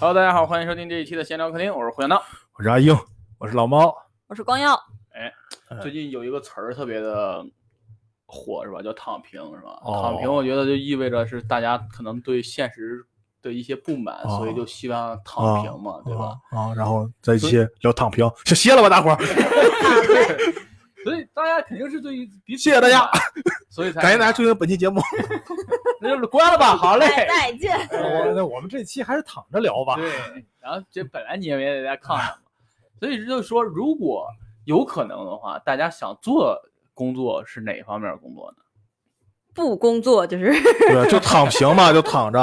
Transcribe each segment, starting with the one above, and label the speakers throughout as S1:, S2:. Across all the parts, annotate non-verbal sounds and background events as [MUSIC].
S1: Hello，大家好，欢迎收听这一期的闲聊客厅，我是胡小闹。
S2: 我是阿英，我是老猫。
S3: 我是光耀，
S1: 最近有一个词儿特别的火，是吧？叫“躺平”，是吧？
S2: 哦
S1: 躺平，我觉得就意味着是大家可能对现实的一些不满，
S2: 哦
S1: 所以就希望躺平嘛，对吧？
S2: 啊？啊，然后在一起聊躺平，就歇了吧，大伙儿。
S1: [LAUGHS] 所以大家肯定是对于彼此
S2: 谢谢大家
S1: 不满， [LAUGHS] 所以才
S2: 感谢大
S1: [LAUGHS]
S2: 家收听本期节目。
S1: 那就是关了吧，好嘞。
S3: 哎再见。
S2: [LAUGHS] 我那我们这期还是躺着聊
S1: [LAUGHS]
S2: 吧。
S1: 对，然后这本来你也没在家炕上 [LAUGHS] 嘛，所以就是说，如果有可能的话，大家想做工作是哪方面的工作呢？
S3: 不工作就是
S2: 对，啊就躺平嘛，就躺着。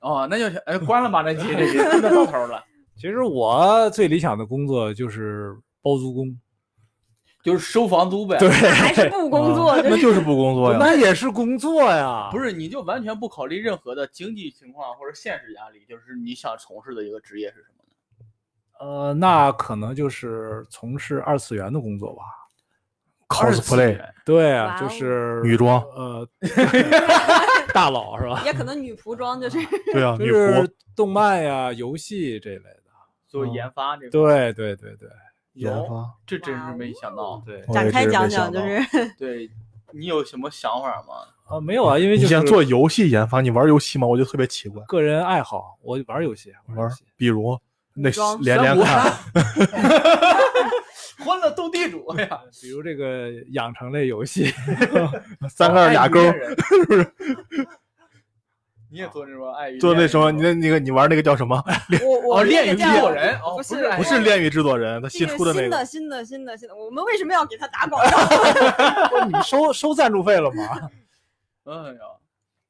S1: 哦，那就行，哎，关了吧，那期这期真的到头了，
S4: 其实我最理想的工作就是包租公，
S1: [LAUGHS] 就是收房租呗。啊
S2: 对，
S3: 还是不工作
S2: [LAUGHS]
S3: 就
S2: 那
S3: 是。
S2: 就是不工作呀。
S4: 那也是工作呀。
S1: 不
S4: 啊是，
S1: 是，你就完全不考虑任何的经济情况或者现实压力，就是你想从事的一个职业是什么呢？
S4: 呃，那可能就是从事二次元的工作吧。
S1: 二次
S2: cosplay
S1: 元
S4: 对啊，
S3: 哇
S4: 就
S3: 哦
S4: 是
S2: 女装，
S3: [LAUGHS]
S4: 呃， [LAUGHS] 大佬是吧？
S3: 也可能女仆装就是
S2: 对啊，
S4: 就
S2: 女仆
S4: 是动漫呀、游戏这类的。
S1: 做研发这个，
S4: 对对对对
S2: 研
S1: 有
S2: 发，
S1: 这真是没想到。
S4: 对。
S2: 我
S3: 展
S2: 也
S3: 开
S2: 是没
S3: 讲
S2: 想
S3: 讲，就
S2: 到
S3: 是
S1: 对你有什么想法吗？
S4: 啊，没有啊，因为
S2: 你
S4: 就是
S2: 想做游戏研发，你玩游戏吗？我就特别奇怪，
S4: 个人爱好，我玩游戏，玩
S2: 玩
S4: 游戏。，
S2: 比如那
S3: 女装
S2: 连连看，
S1: 欢乐斗地主 [LAUGHS] 呀，
S4: 比如这个养成类游 [LAUGHS] 戏，
S2: 三个二俩勾，
S1: 爱与恋人 [LAUGHS] 你也做那种爱与
S2: 做那
S1: 恋
S2: 什么，
S1: 人吗
S2: 你那那个你玩那个叫什么？
S3: 我
S1: 哦，
S3: 我那
S1: 恋
S3: 个
S1: 与
S3: 叫
S1: 制作人哦，
S3: 不
S1: 是
S3: 是哎
S1: 爱
S2: 不
S1: 与
S2: 是《
S1: 恋
S2: 恋与制作人》，他
S3: 这
S2: 新
S3: 个
S2: 出的那
S3: 新
S2: 个
S3: 的。新的新的新的，我们为什么要给他打广告？
S4: 你们收收赞助费了吗？
S1: 哎呀，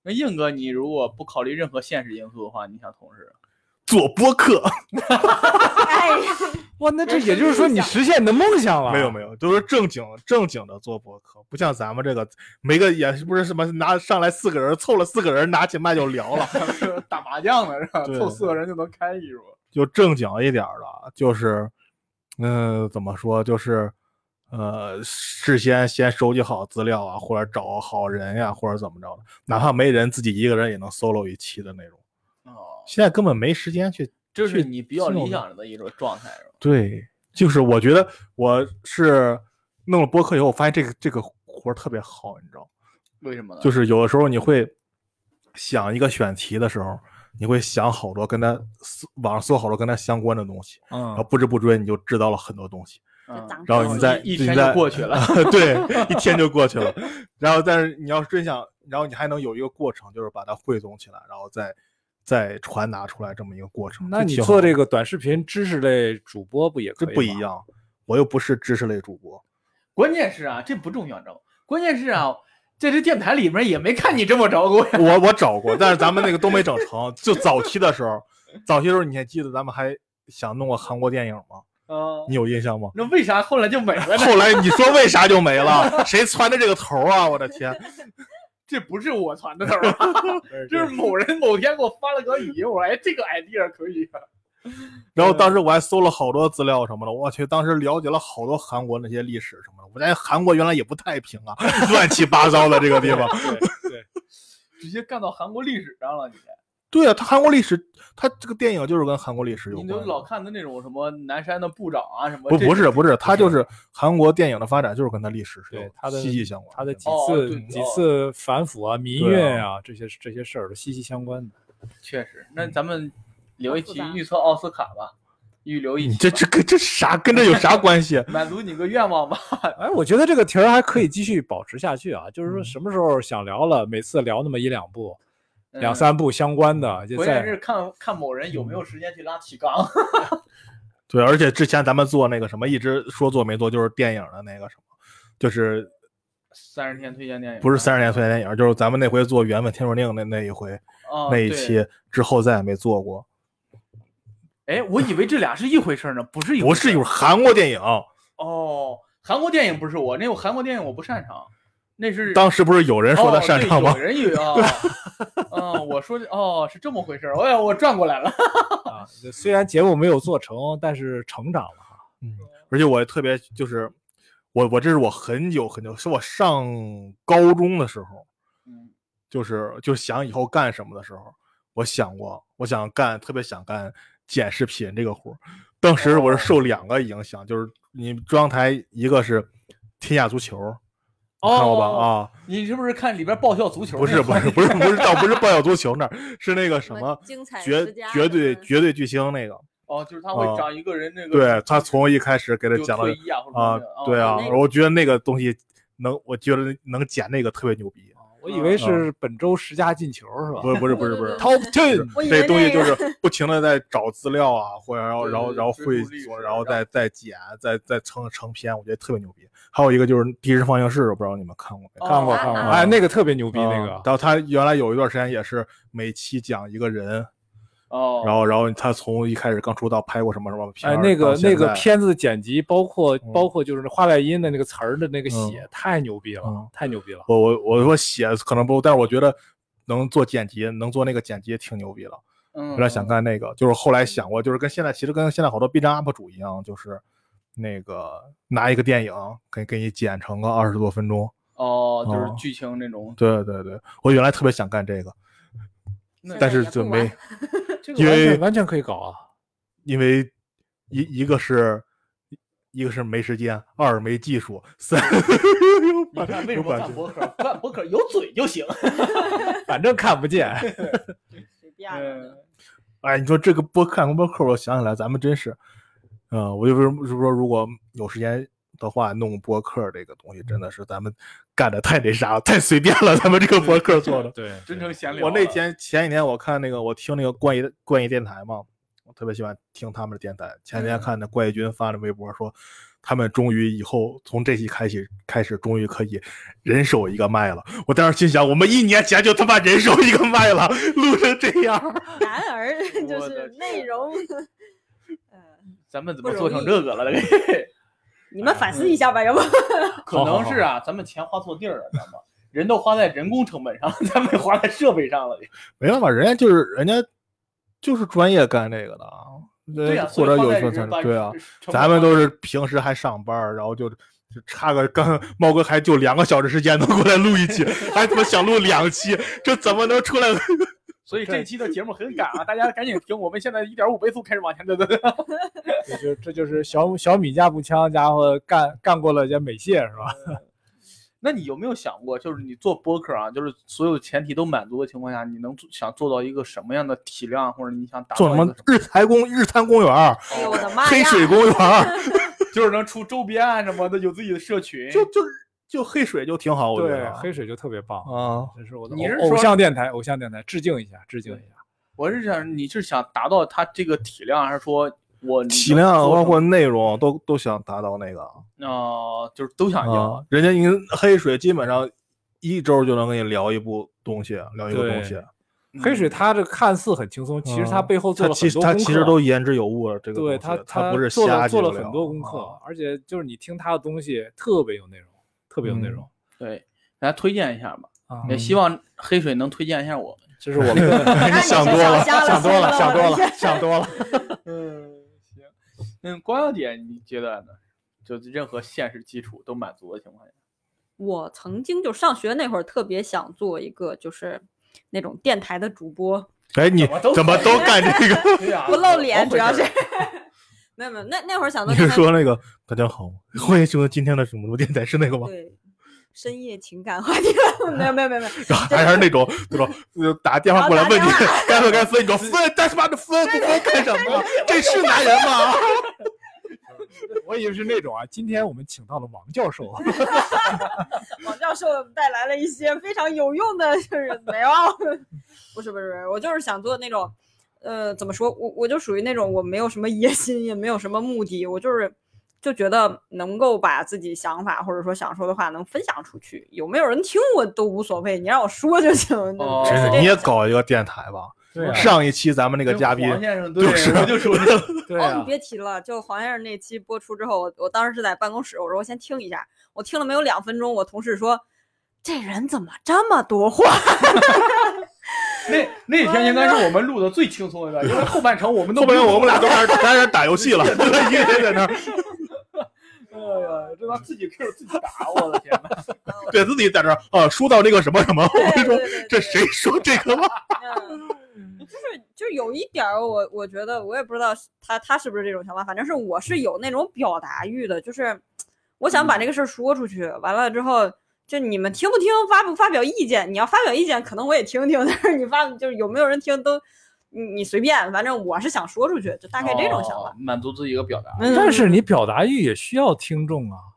S1: 那硬哥，你如果不考虑任何现实因素的话，你想从事？
S2: 做播客
S3: 哎呀，
S4: 哇，那这也就是说你实现你的梦想了？
S2: 没有没有，就是正经正经的做播客，不像咱们这个没个也是不是什么拿上来四个人凑了四个人拿起麦就聊了， [LAUGHS]
S1: 打麻将 [LAUGHS] 的是吧？
S2: 对
S1: 凑四个人就能开一桌。
S2: 就正经一点儿的，就是，嗯、怎么说，就是，呃，事先先收集好资料啊，或者找好人呀、或者怎么着的，哪怕没人，自己一个人也能 solo 一期的那种。
S1: 哦，
S2: 现在根本没时间去。
S1: 这是
S2: 去
S1: 你比较
S2: 听我
S1: 理
S2: 们
S1: 想的一种状态是吧？
S2: 对，就是我觉得我是弄了播客以后，我发现这个这个活儿特别好，你知道吗。
S1: 为什么呢？
S2: 就是是有的时候你会想一个选题的时候，你会想好多跟它搜网上搜好多跟它相关的东西，然后
S4: 嗯，
S2: 不知不觉你就知道了很多东西， [LAUGHS]
S3: 就
S1: 嗯
S3: 当
S2: 然
S3: 时
S2: 后
S3: 我
S2: 你再
S3: 就
S1: 一
S2: 你嗯
S1: 天
S2: [LAUGHS] 再
S1: 就过去了
S2: 对，一天就过去了。然后但是你要是真想，然后你还能有一个过程，就是把它汇总起来，然后再再传达出来这么一个过程。
S4: 那
S2: 就
S4: 你
S2: 挺
S4: 做
S2: 好
S4: 这个短视频知识类主播不也可
S2: 这
S4: 以吗？
S2: 不一样，我又不是知识类主播，
S1: [LAUGHS] 关键是啊，这不重要，你知道吗？关键是啊，在这电台里面也没看你这么着过 [LAUGHS] 呀。
S2: 我我找过，但是咱们那个都没整成。就早期的时候，早期的时候你还记得咱们还想弄个韩国电影吗？
S1: 嗯，
S2: 你有印象吗？
S1: 那为啥后来就没了呢？
S2: [LAUGHS] 后来你说为啥就没了？谁窜的这个头啊？我的天！
S1: [LAUGHS] 这不是我传的头啊，
S2: [LAUGHS]
S1: 这是某人某天给我发了个语音，我说哎，这个 idea 可以啊。
S2: 然后当时我还搜了好多资料什么的，我去，当时了解了好多韩国那些历史什么的。我发现韩国原来也不太平啊， [LAUGHS] 乱七八糟的这个
S4: [LAUGHS]
S2: 地方。
S1: 直接干到韩国历史上了，你。
S2: 对啊，他韩国历史，他这个电影就是跟韩国历史有
S1: 你
S2: 关
S1: 就
S2: 的。
S1: 老看的那种什么南山的部长啊什么
S2: 不
S1: 这种，
S2: 不是不是，他就是韩国电影的发展就是跟他历史是
S4: 对
S2: 有
S4: 他的
S2: 息息相关。
S4: 他的几
S1: 哦
S4: 次、
S1: 对
S4: 几
S1: 哦
S4: 次反腐啊、民
S2: 对啊
S4: 怨啊，这些这些事儿都息息相关的。
S1: 确实。那咱们留一
S3: 复
S1: 期
S3: 杂
S1: 预测奥斯卡吧，预留一
S2: 你
S1: 期吧，？
S2: 这这跟这啥跟这有啥关系
S1: 满足你个愿望
S2: [LAUGHS]
S1: 吧。
S4: 哎，我觉得这个题儿还可以继续保持下去啊，就是说
S2: 嗯
S4: 什么时候想聊了，每次聊那么一两部、
S1: 嗯
S4: 两。三部相关的，就
S1: 关键嗯是
S4: 在
S1: 看看某人有没有时间去拉提纲。 [LAUGHS]
S2: 对，而且之前咱们做那个什么，一直说做没做，就是电影的那个什么，就是
S1: 三十天推荐电影
S2: 不是三十年推荐电影，就是咱们那回做《缘分天注定》那那一回、
S1: 哦
S2: 那一
S1: 对
S2: 期之后再也没做过，
S1: 哎，我以为这俩是一回事儿呢，不是一回
S2: 不是
S1: 事
S2: 一
S1: 儿
S2: 会儿韩国电影，
S1: 哦。韩国电影不是我，那我韩国电影我不擅长，那是
S2: 当时不是有人说他
S1: 哦
S2: 擅
S1: 对
S2: 长吗？
S1: 有人以为啊，
S2: [LAUGHS]
S1: 嗯，我说的哦是这么回事儿，哎呀，我转过来了。
S4: 啊，虽然节目没有做成，但是成长了。
S2: 嗯，而且我也特别就是，我我这是我很久很久，是我上高中的时候，
S1: 嗯
S2: 就是就想以后干什么的时候，我想过，我想干，特别想干剪视频这个活儿。当时我
S1: 哦
S2: 是受两个影响，就是你中央台一个是天下足球，你看过吧？
S1: 哦
S2: 啊，
S1: 你是不是看里边爆笑足球
S2: 不
S1: 那
S2: 是不
S1: 块儿？
S2: 是不是不是，倒不是爆笑足球那儿，是那个什
S3: 什
S2: 么
S3: 精彩
S2: 绝
S3: 之家
S2: 绝对
S3: 什么
S2: 绝对巨星那个，
S1: 哦，就是他会
S2: 啊
S1: 讲一个人那个
S2: 对他从一开始给他
S1: 有
S2: 讲到
S1: 退役啊，或者
S2: 啊
S1: 什么的，
S2: 对啊
S3: 那，个
S2: 我觉得那个东西能，我觉得能剪那个特别牛逼。
S4: 我以为是本周十佳进球是吧？
S2: 不是不是不是不是
S3: 对对对，
S4: Top Ten，
S3: 我以
S2: 这
S3: 为
S2: 个东西
S3: 那
S2: 就
S3: 个
S2: 是不停的在找资料啊，或者然后
S1: 对对
S2: 然后
S1: 对
S2: 然后
S1: 追
S2: 会
S1: 溯历史
S2: 所，然后
S1: 然
S2: 再再剪，再再成成片，我觉得特别牛逼。还有一个就是第一时放映室，我不知道你们看过没？
S1: 哦
S4: 看过
S3: 啊
S4: 看过，
S3: 啊
S4: 哎，那个特别牛逼，那
S2: 啊
S4: 个
S2: 然后他原来有一段时间也是每期讲一个人，
S1: 哦，
S2: 然后然后他从一开始刚出道拍过什么什么片
S4: 哎
S2: 儿，
S4: 那个
S2: 到现
S4: 那个
S2: 在
S4: 片子剪辑，包括
S2: 嗯
S4: 包括就是那话外音的那个词儿的那个写
S2: 嗯，
S4: 太牛逼了
S2: 嗯，
S4: 太牛逼了。
S2: 我我我说写可能不，但是我觉得能做剪辑，能做那个剪辑挺牛逼了。
S1: 嗯
S2: 本来想干那个，就是后来想过，就是跟现在其实跟现在好多 B 站 UP 主一样，就是那个拿一个电影给给你剪成个二十多分钟。
S1: 哦，就是
S2: 哦
S1: 剧情那
S2: [LAUGHS]
S1: 种，
S2: 对对对，我原来特别想干这个，
S1: 那
S2: 但是
S3: 也
S2: 就
S3: 不
S2: 没
S3: 玩，
S4: 这
S2: 因
S4: 个完
S2: 为
S4: 全完全可以搞啊，
S2: 因为一一个是一个是没时间，二没技术，三有
S1: 你看
S2: 版
S1: 为什
S2: 有
S1: 么
S2: 版
S1: 干
S2: 权。
S1: 博客？干博客有嘴就行。
S4: 反正看不
S2: [LAUGHS]
S4: 见。，
S3: 随便
S1: 嗯
S3: 了。
S2: 哎，你说这个播看播客，我想起来，咱们真是，嗯、我就是就是说，如果有时间的话，弄播客这个东西，真的是咱们干的太那啥了，太随便了。咱们这个播客
S1: [LAUGHS]
S2: 做的
S4: 对，
S1: 真成闲聊了。
S2: 我那天前几天我看那个，我听那个冠一冠一电台嘛，我特别喜欢听他们的电台。前几天
S1: 嗯
S2: 看那冠一军发的微博说，他们终于以后从这期开始开始，终于可以人手一个麦了。我当时心想，我们一年前就他妈人手一个麦了，录成这样儿。
S3: 然而就
S1: 我的
S3: 是
S1: 天
S3: 内容，嗯，
S1: 咱们怎
S3: 不
S1: 么做
S3: 容
S1: 成
S3: 易
S1: 这
S2: [LAUGHS]
S1: 个了？
S3: 你们反思一下吧，要不
S1: 可
S2: 好好
S1: 能是啊，咱们钱花错地儿了，咱们人都花在人工成本上，咱们花在设备上了。
S2: 没办法，人家就是人家就是专业干这个的啊，
S1: 对呀、
S2: 呃
S1: 所
S2: 或
S1: 以
S2: 者
S1: 花
S2: 有
S1: 在
S2: 一份
S1: 人
S2: 才
S1: 把
S2: 对啊。
S1: 成本
S2: 咱们
S1: 花
S2: 都是平时还上班儿，然后就就差个刚猫哥还就两个小时时间能过来录一期，还他妈想录两期，这怎么能
S1: [LAUGHS]
S2: 出来？
S1: 所以这期的节目很赶啊，大家赶紧听，我们现在一点五倍速开始往前走。走走
S4: 这就这就是小小米加步枪，家伙干干过了人家美械是吧？
S1: 那你有没有想过，就是你做播客啊，就是所有前提都满足的情况下，你能做想做到一个什么样的体量，或者你想达到
S2: 做
S1: 一
S2: 什
S1: 个
S2: 么日台公日坛公园
S1: 啊
S2: 儿、
S3: 哎呦我的妈呀！
S2: 黑水公园儿，
S1: 就是能出周边啊什么的，有自己的社群。
S2: 就就就黑水就挺好，我觉
S4: 对
S2: 得，
S4: 黑水就特别棒，
S2: 啊。
S4: 这是我的
S1: 你是
S4: 偶
S1: 说
S4: 偶像电台，偶像电台，致敬一下，致敬一下。
S1: 我是想，你是想达到它这个体量，还是说我
S2: 体
S1: 嗯
S2: 量啊
S1: 能做
S2: 包
S1: 成
S2: 括内容都都想达到那个
S1: 哦，就是都想要。
S2: 啊，人家您黑水基本上一周就能跟你聊一部东西，聊一个东西
S4: 对。黑水
S1: 嗯
S4: 他这看似很轻松，其实他背后做
S2: 嗯他
S4: 了
S2: 其实他
S4: 很多功课。
S2: 其实都言之有物了，这个
S4: 对
S2: 他
S4: 他
S2: 不是
S4: 做
S2: 瞎
S4: 了做
S2: 鸡
S4: 了
S2: 巴
S4: 很
S2: 聊
S4: 多功课，
S2: 啊
S4: 而且就是你听他的东西特别有内容，特别有内
S2: 嗯
S4: 容。
S1: 对，大家推荐一下吧，
S4: 啊
S1: 也希望黑水能推荐一下我们。
S4: 这是我们的
S3: 那你
S2: 想
S3: 是
S2: 多了
S3: 瞎
S4: 想多了，
S3: 是
S4: 想多
S3: 吧
S2: [LAUGHS]
S4: 了，想多了。
S1: 嗯，行。嗯，光耀姐，你觉得呢？就任何现实基础都满足的情况下，
S3: [LAUGHS] 我曾经就上学那会儿特别想做一个就是那种电台的主播，
S2: 哎，你
S1: 怎么都
S2: 怎么
S1: 可以
S2: 都干这个？
S1: 对呀、
S3: 不露脸，
S1: 怎么
S3: 主要
S1: 回事
S3: 是
S1: 儿啊
S3: 没有没有，那那会儿想
S2: 你
S3: 做
S2: 是
S3: 电台
S2: 说那个大家好，欢迎收听今天的什么什么电台是那个吗？
S3: 对深夜情感话题？没有没有没有没有，
S2: [LAUGHS] 然后啊还是那种那种呃打电话过来问你
S3: 然后
S2: 该不该分，你说分，但是妈的分不分干什么？这是男人吗？
S4: 我以为是那种啊，今天我们请到了王教授，
S3: 王教授带来了一些非常有用的，就是没有，不是不是不是，我就是想做那种，呃，怎么说，我我就属于那种我没有什么野心，也没有什么目的，我就是就觉得能够把自己想法或者说想说的话能分享出去，有没有人听我都无所谓，你让我说就行。
S1: 哦
S2: 真
S3: 就是是
S2: 你
S3: 这
S2: 也
S3: 种
S2: 搞一个电台吧？
S4: [LAUGHS] 对啊
S2: 上一期咱们那个
S1: 跟
S2: 嘉宾
S1: 黄先生对，
S2: 是
S1: 我就说这个
S4: [LAUGHS] 对啊
S3: 哦，你别提了，就黄先生那期播出之后，我我当时是在办公室，我说我先听一下，我听了没有两分钟，我同事说这人怎么这么多话？
S1: 那那天应该是我们录的最轻松的一段，因为后半程我们都
S2: 后面我们俩
S1: 都
S2: 都开始开始打游戏
S4: [LAUGHS]
S2: 了，一个人在那儿
S1: 哎呀，这他自己 Q 自己打，我的天哪！
S2: 对呃
S3: [LAUGHS]
S2: 自己在那儿啊，说到那个什么什么，我跟你说
S3: 对对对对
S2: 这谁说这个话？
S3: 嗯，就是有一点儿，我我觉得我也不知道是他他是不是这种想法，反正是我是有那种表达欲的，就是我想把这个事儿说出去，完了之后就你们听不听，发不发表意见，你要发表意见，可能我也听 [LAUGHS] 听，但是你发就是有没有人听都你你随便，反正我是想说出去，就 [LAUGHS] 大概这种想
S1: 哦
S3: 法。
S1: 满足自己一个表
S3: [LAUGHS]
S1: 达。
S3: 嗯
S4: 但是你表达欲也需要听众啊。嗯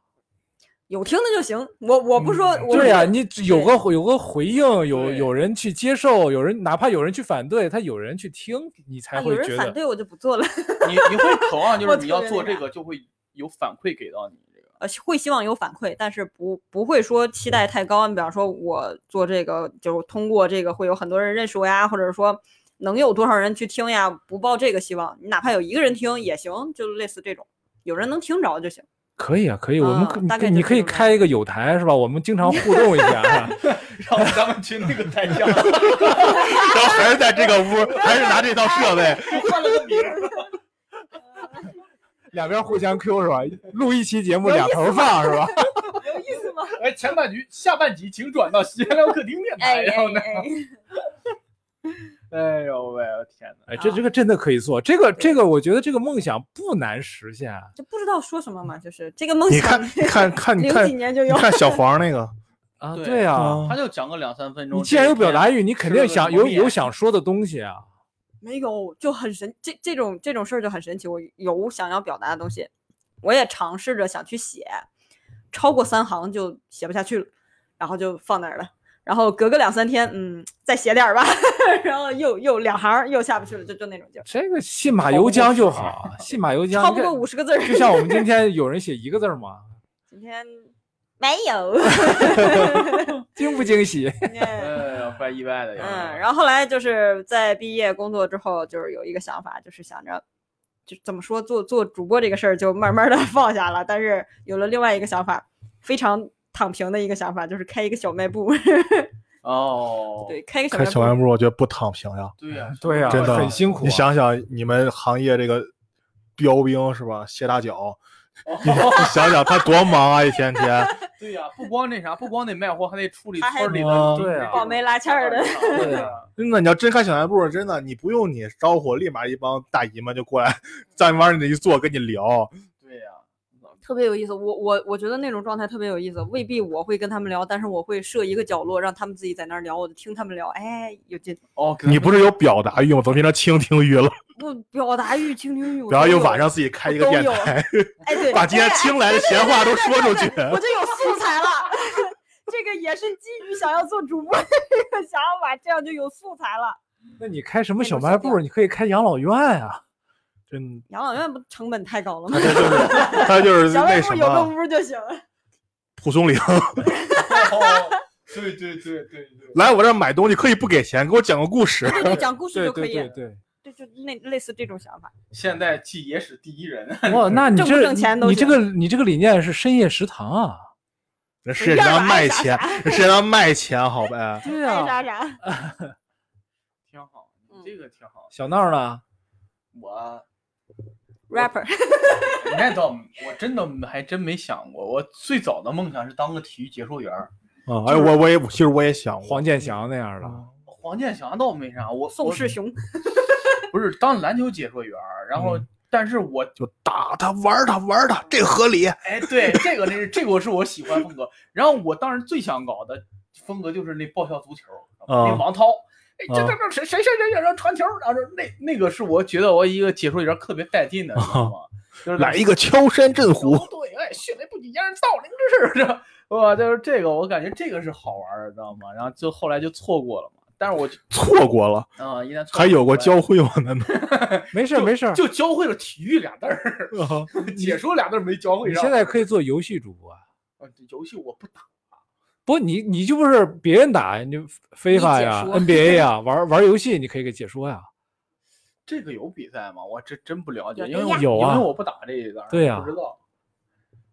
S3: 有听的就行，我我
S2: 嗯
S3: 不说，我
S4: 对呀、啊
S3: 呀，
S4: 你只有
S3: 对
S4: 个有个回应，有
S1: 对
S4: 有人去接受，有人哪怕有人去反对，他有人去听，你才
S3: 啊
S4: 会
S3: 有人
S4: 觉
S3: 反
S4: 得。
S3: 对我就不做了，
S1: 你你会渴望就
S3: 我
S1: 是
S3: 特
S1: 你要
S3: 别
S1: 做
S3: 那
S1: 这
S3: 啥
S1: 个就会有反馈给到你这个。
S3: 呃，会希望有反馈，但是不不会说期待太高。你比方说，我做这个，就是通过这个会有很多人认识我呀，或者说能有多少人去听呀，不抱这个希望。你哪怕有一个人听也行，就类似这种，有人能听着就行。
S4: 可以啊，可以，我们
S3: 啊
S4: 可
S3: 大概
S4: 你
S3: 就
S4: 可以
S3: 这种
S4: 开一个有台是吧？我们经常互动一下 [LAUGHS] 啊。
S1: [LAUGHS] 让咱们去那个台
S3: [LAUGHS]
S1: 下
S2: 然后还是在这个屋， [LAUGHS]
S4: [LAUGHS]
S2: 还是拿这套设
S3: 哎
S2: 备，
S1: 换了个名儿。
S4: 两边互相 Q 是吧？录一期节目两头放是吧？
S3: 有意思吗？
S1: 哎，前半局下半集请转到西安聊客厅电台。
S3: 哎
S1: 然后
S3: 哎
S1: 呢？
S3: 哎，
S1: 哎呦喂，我天哪！
S4: 哎，这这个真的可以做，这个这个我觉得这个梦想不难实现啊。
S3: 就不知道说什么嘛，就是这个梦
S2: 你
S3: 想
S2: 看，，你
S3: [LAUGHS]
S2: 看看你
S3: 零
S2: 看
S3: 几，年就
S2: 你
S3: 有。
S2: 看小黄 [LAUGHS] 那个，
S4: 啊，
S1: 对
S4: 对啊，
S2: 嗯
S1: 他就讲个两三分钟。
S4: 你既然有表达欲，你肯定想有有
S1: 想。
S4: 想说的东西啊。
S3: 没有，就很神，这这种这种事儿就很神奇。我有想要表达的东西，我也尝试着想去写，超过三行就写不下去了，然后就放那儿了。然后隔个两三天，嗯，再写点儿吧， [LAUGHS] 然后又又两行儿又下不去了，就就那种劲儿，
S4: 这个信马由缰就好，信马由缰。
S3: 超不
S4: 你
S3: 过
S4: 看
S3: 五十个字儿。
S4: 就像我们今天有人写一个字儿嘛，
S3: 今天没有， [LAUGHS]
S4: 惊不惊喜？ [LAUGHS]
S1: 哎呀，怪意外的。
S3: 嗯，然后后来就是在毕业工作之后，就是有一个想法，就是想着，就怎么说做做主播这个事儿就慢慢的 [LAUGHS] 放下了，但是有了另外一个想法，非常躺平的一个想法，就是开一个小卖部。
S1: 后哦，
S3: [LAUGHS] 对，开一个
S2: 看
S3: 小
S2: 小
S3: 卖
S2: 卖
S3: 部。
S2: 部，我觉得不躺平呀，
S1: 对呀，
S4: 对呀
S2: 真的
S4: 很辛苦啊
S2: 你想想你们行业这个标兵是吧？谢大
S3: 哦
S2: 脚，你
S3: [LAUGHS]
S2: 想想他多忙啊，一天天。
S1: 对呀，不光那啥，不光得卖货，还得处理
S3: 他还
S1: 村里的
S2: 得
S1: 这
S4: 对
S1: 种
S4: 啊
S3: 保媒拉纤儿的
S1: 对
S4: 对
S1: 呀
S4: 啊，
S2: 真的，你要真开小卖部，真的，你不用你招呼，立马一帮大姨们就过来，在往你那一坐，跟你聊。
S1: 对呀。
S3: 特别有意思，我我我觉得那种状态特别有意思，未必我会跟他们聊，但是我会设一个角落让他们自己在那儿聊，我就听他们聊，哎，有劲。
S1: 哦，
S2: 你不是有表达欲吗？怎么变成倾听欲了？
S3: 不表达欲、倾听欲，我
S2: 然后
S3: 都
S2: 又
S3: 有
S2: 晚上自己开一个电台，
S3: 哎对，
S2: 把今天听来的闲话都说出去。
S3: 我就有素材了。这个也是基于想要做主播的这个想法，这样就有素材了。
S4: 那你开什么
S3: 那
S4: 小
S3: 种
S4: 卖
S3: 小店
S4: 部？你可以开养老院啊。
S2: 真，
S3: 养老院不成本太高了吗
S2: 他？就是他就是
S3: 小
S2: 那
S3: 卖
S2: 什
S3: 部有个
S2: 么
S3: 屋就行。
S2: 蒲松龄，
S1: 哦
S3: [LAUGHS]
S1: 对对对对对，
S2: 来我这儿买东西可以不给钱，给我讲个故事。
S3: 对对，讲故事
S4: 对
S3: 就可
S4: 对
S3: 以。啊
S4: 对对。
S3: [LAUGHS] 对就那类似这种想法，
S1: 现在继野史第一人，
S4: 哇，那你
S3: 挣不
S4: 这
S3: 挣钱都
S4: 你这
S3: 行
S4: 个你这个理念是深夜食堂啊？
S2: 人世界上卖钱，人世界上卖钱，好呗。
S4: 对
S3: 爱啥
S4: 呀。
S3: 啥。
S1: 挺好，你
S3: 嗯
S1: 这个挺好。
S4: 小闹呢？
S1: 我
S3: rapper，
S1: 那倒我真的还真没想过，我最早的梦想是当个体育解说员儿。
S2: 啊，哎，我我也其实我也想过，
S4: 黄健翔那样
S3: 嗯
S4: 的。
S1: 黄健翔倒没啥，我
S3: 宋
S1: 我
S3: 世雄，
S1: 不是当篮球解说员儿，然后、但是我
S2: 就打他玩儿他玩儿他，这个合理。
S1: 哎，对这个那是这个是我喜欢风格。然后我当时最想搞的风格就是那爆笑足球，
S2: 啊
S1: 那王涛，哎，这
S2: 啊
S1: 这这谁谁谁谁谁谁传球，然后那那个是我觉得我一个解说员特别带劲的，你知
S2: [LAUGHS]
S1: 道吗？就是
S2: 来一个敲山震虎，
S1: 对，哎，迅雷不及掩耳盗铃之势，这哇，就是这个，我感觉这个是好玩儿的，知道吗？然后就后来就错过了嘛。但是我就
S2: 错过了，
S1: 啊、一旦错
S2: 还有过
S1: 过
S2: 教会吗？难道？
S4: 没事儿没事儿，
S1: 就教会了体育俩字儿，
S2: 啊
S1: 解说俩字儿没教会
S4: 你
S1: 上。
S4: 现在可以做游戏主播啊。
S1: 呃游戏我不打，
S4: 不，你你就不是别人打，你就非法呀、
S3: 你解说
S4: NBA 呀，玩玩游戏，你可以给解说 [LAUGHS] 呀。
S1: 这个有比赛吗？我这真不了解，
S3: 有的
S1: 因为
S3: 呀
S1: 我
S4: 有啊
S1: 因为我不打这一字儿，
S4: 对呀
S1: 不知道。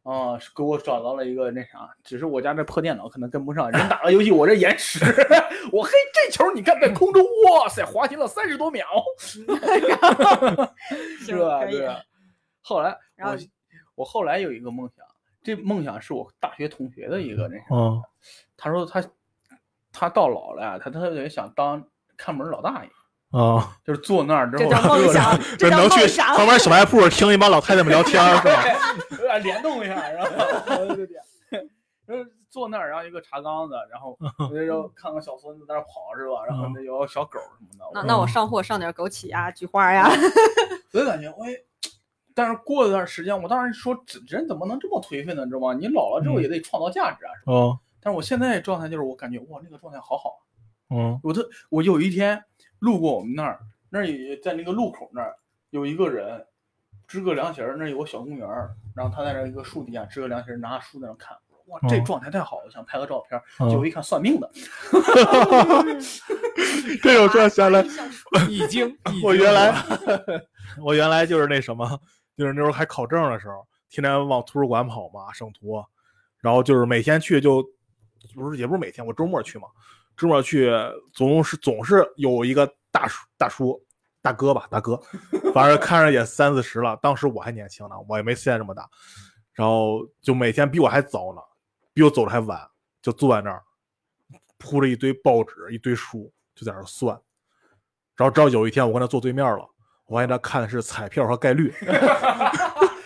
S1: 啊、是给我找到了一个那啥，只是我家这破电脑可能跟不上，人打个游戏我这延迟， [LAUGHS] 我嘿这球你看在空中，哇塞，滑行了三十多秒，
S3: 行
S1: 是吧？
S3: 可以
S1: 对吧。后来
S3: 然后
S1: 我我后来有一个梦想，这梦想是我大学同学的一个那啥，
S2: 嗯，
S1: 他说他他到老了呀，他特别想当看门老大爷。
S2: 啊，
S1: 就是 [LAUGHS] 坐那儿之
S3: 这
S1: 后，
S3: 叫梦想，这叫
S2: 能
S3: 梦
S2: 去
S3: 想。
S2: 旁边小卖部听一帮老太太们聊天儿是吧？
S1: 有点联动一下，然后就是坐那儿，然后一个茶缸子，然后那时候看个小孙子在那儿跑是吧？然后那有小狗什么的，
S3: 那
S1: 我
S3: 那我上货上点枸杞呀、菊花呀，
S1: 我就感觉哎。但是过了段时间，我当时说，这人怎么能这么颓废呢？知道吗？你老了之后也得创造价值啊。是吧
S2: 哦，
S1: 但是我现在状态就是，我感觉哇，那个状态好好啊。
S2: 嗯
S1: 我特我有一天路过我们那儿，那儿有在那个路口那儿有一个人支个凉席儿，那儿有个小公园儿，然后他在那儿一个树底下支个凉席儿，拿书在那儿看。哇，这
S2: 哦
S1: 状态太好了，我想拍个照片儿。
S2: 嗯
S1: 结果一看算命的，
S2: 这种状态下来，
S4: [LAUGHS] 易经，
S2: 我原来我原来就是那什么，就是那时候还考证的时候，天天往图书馆跑嘛，省图，然后就是每天去就不是也不是每天，我周末去嘛，周末去总是总是有一个大叔大叔大哥吧大哥，反正看着也三四十了，当时我还年轻呢，我也没现在这么大，然后就每天比我还早呢，比我走的还晚，就坐在那儿铺着一堆报纸一堆书，就在那儿算。然后直到有一天我跟他坐对面了，我发现他看的是彩票和概率， [LAUGHS]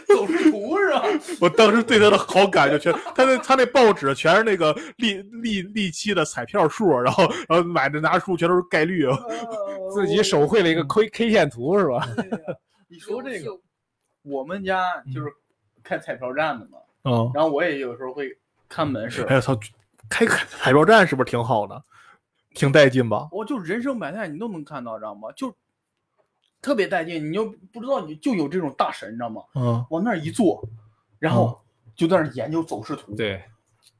S1: 走势图是吧？
S2: 我当时对他的好感就全，他那他那报纸全是那个利利利期的彩票数，然后然后买的拿书全都是概率，
S4: [LAUGHS]
S2: 啊
S4: 自己手绘了一个 K K 线图是吧？
S1: 你说这个，我们家就是开彩票站的嘛，
S2: 嗯，
S1: 然后我也有时候会看门市
S2: 哎。呀操，开个彩票站是不是挺好的？挺带劲吧？
S1: 我就人生百态你都能看到，知道吗？就特别带劲，你又不知道你就有这种大神，你知道吗？
S2: 嗯，
S1: 往那儿一坐，然后就在那儿研究走势图。，
S4: [LAUGHS] 对，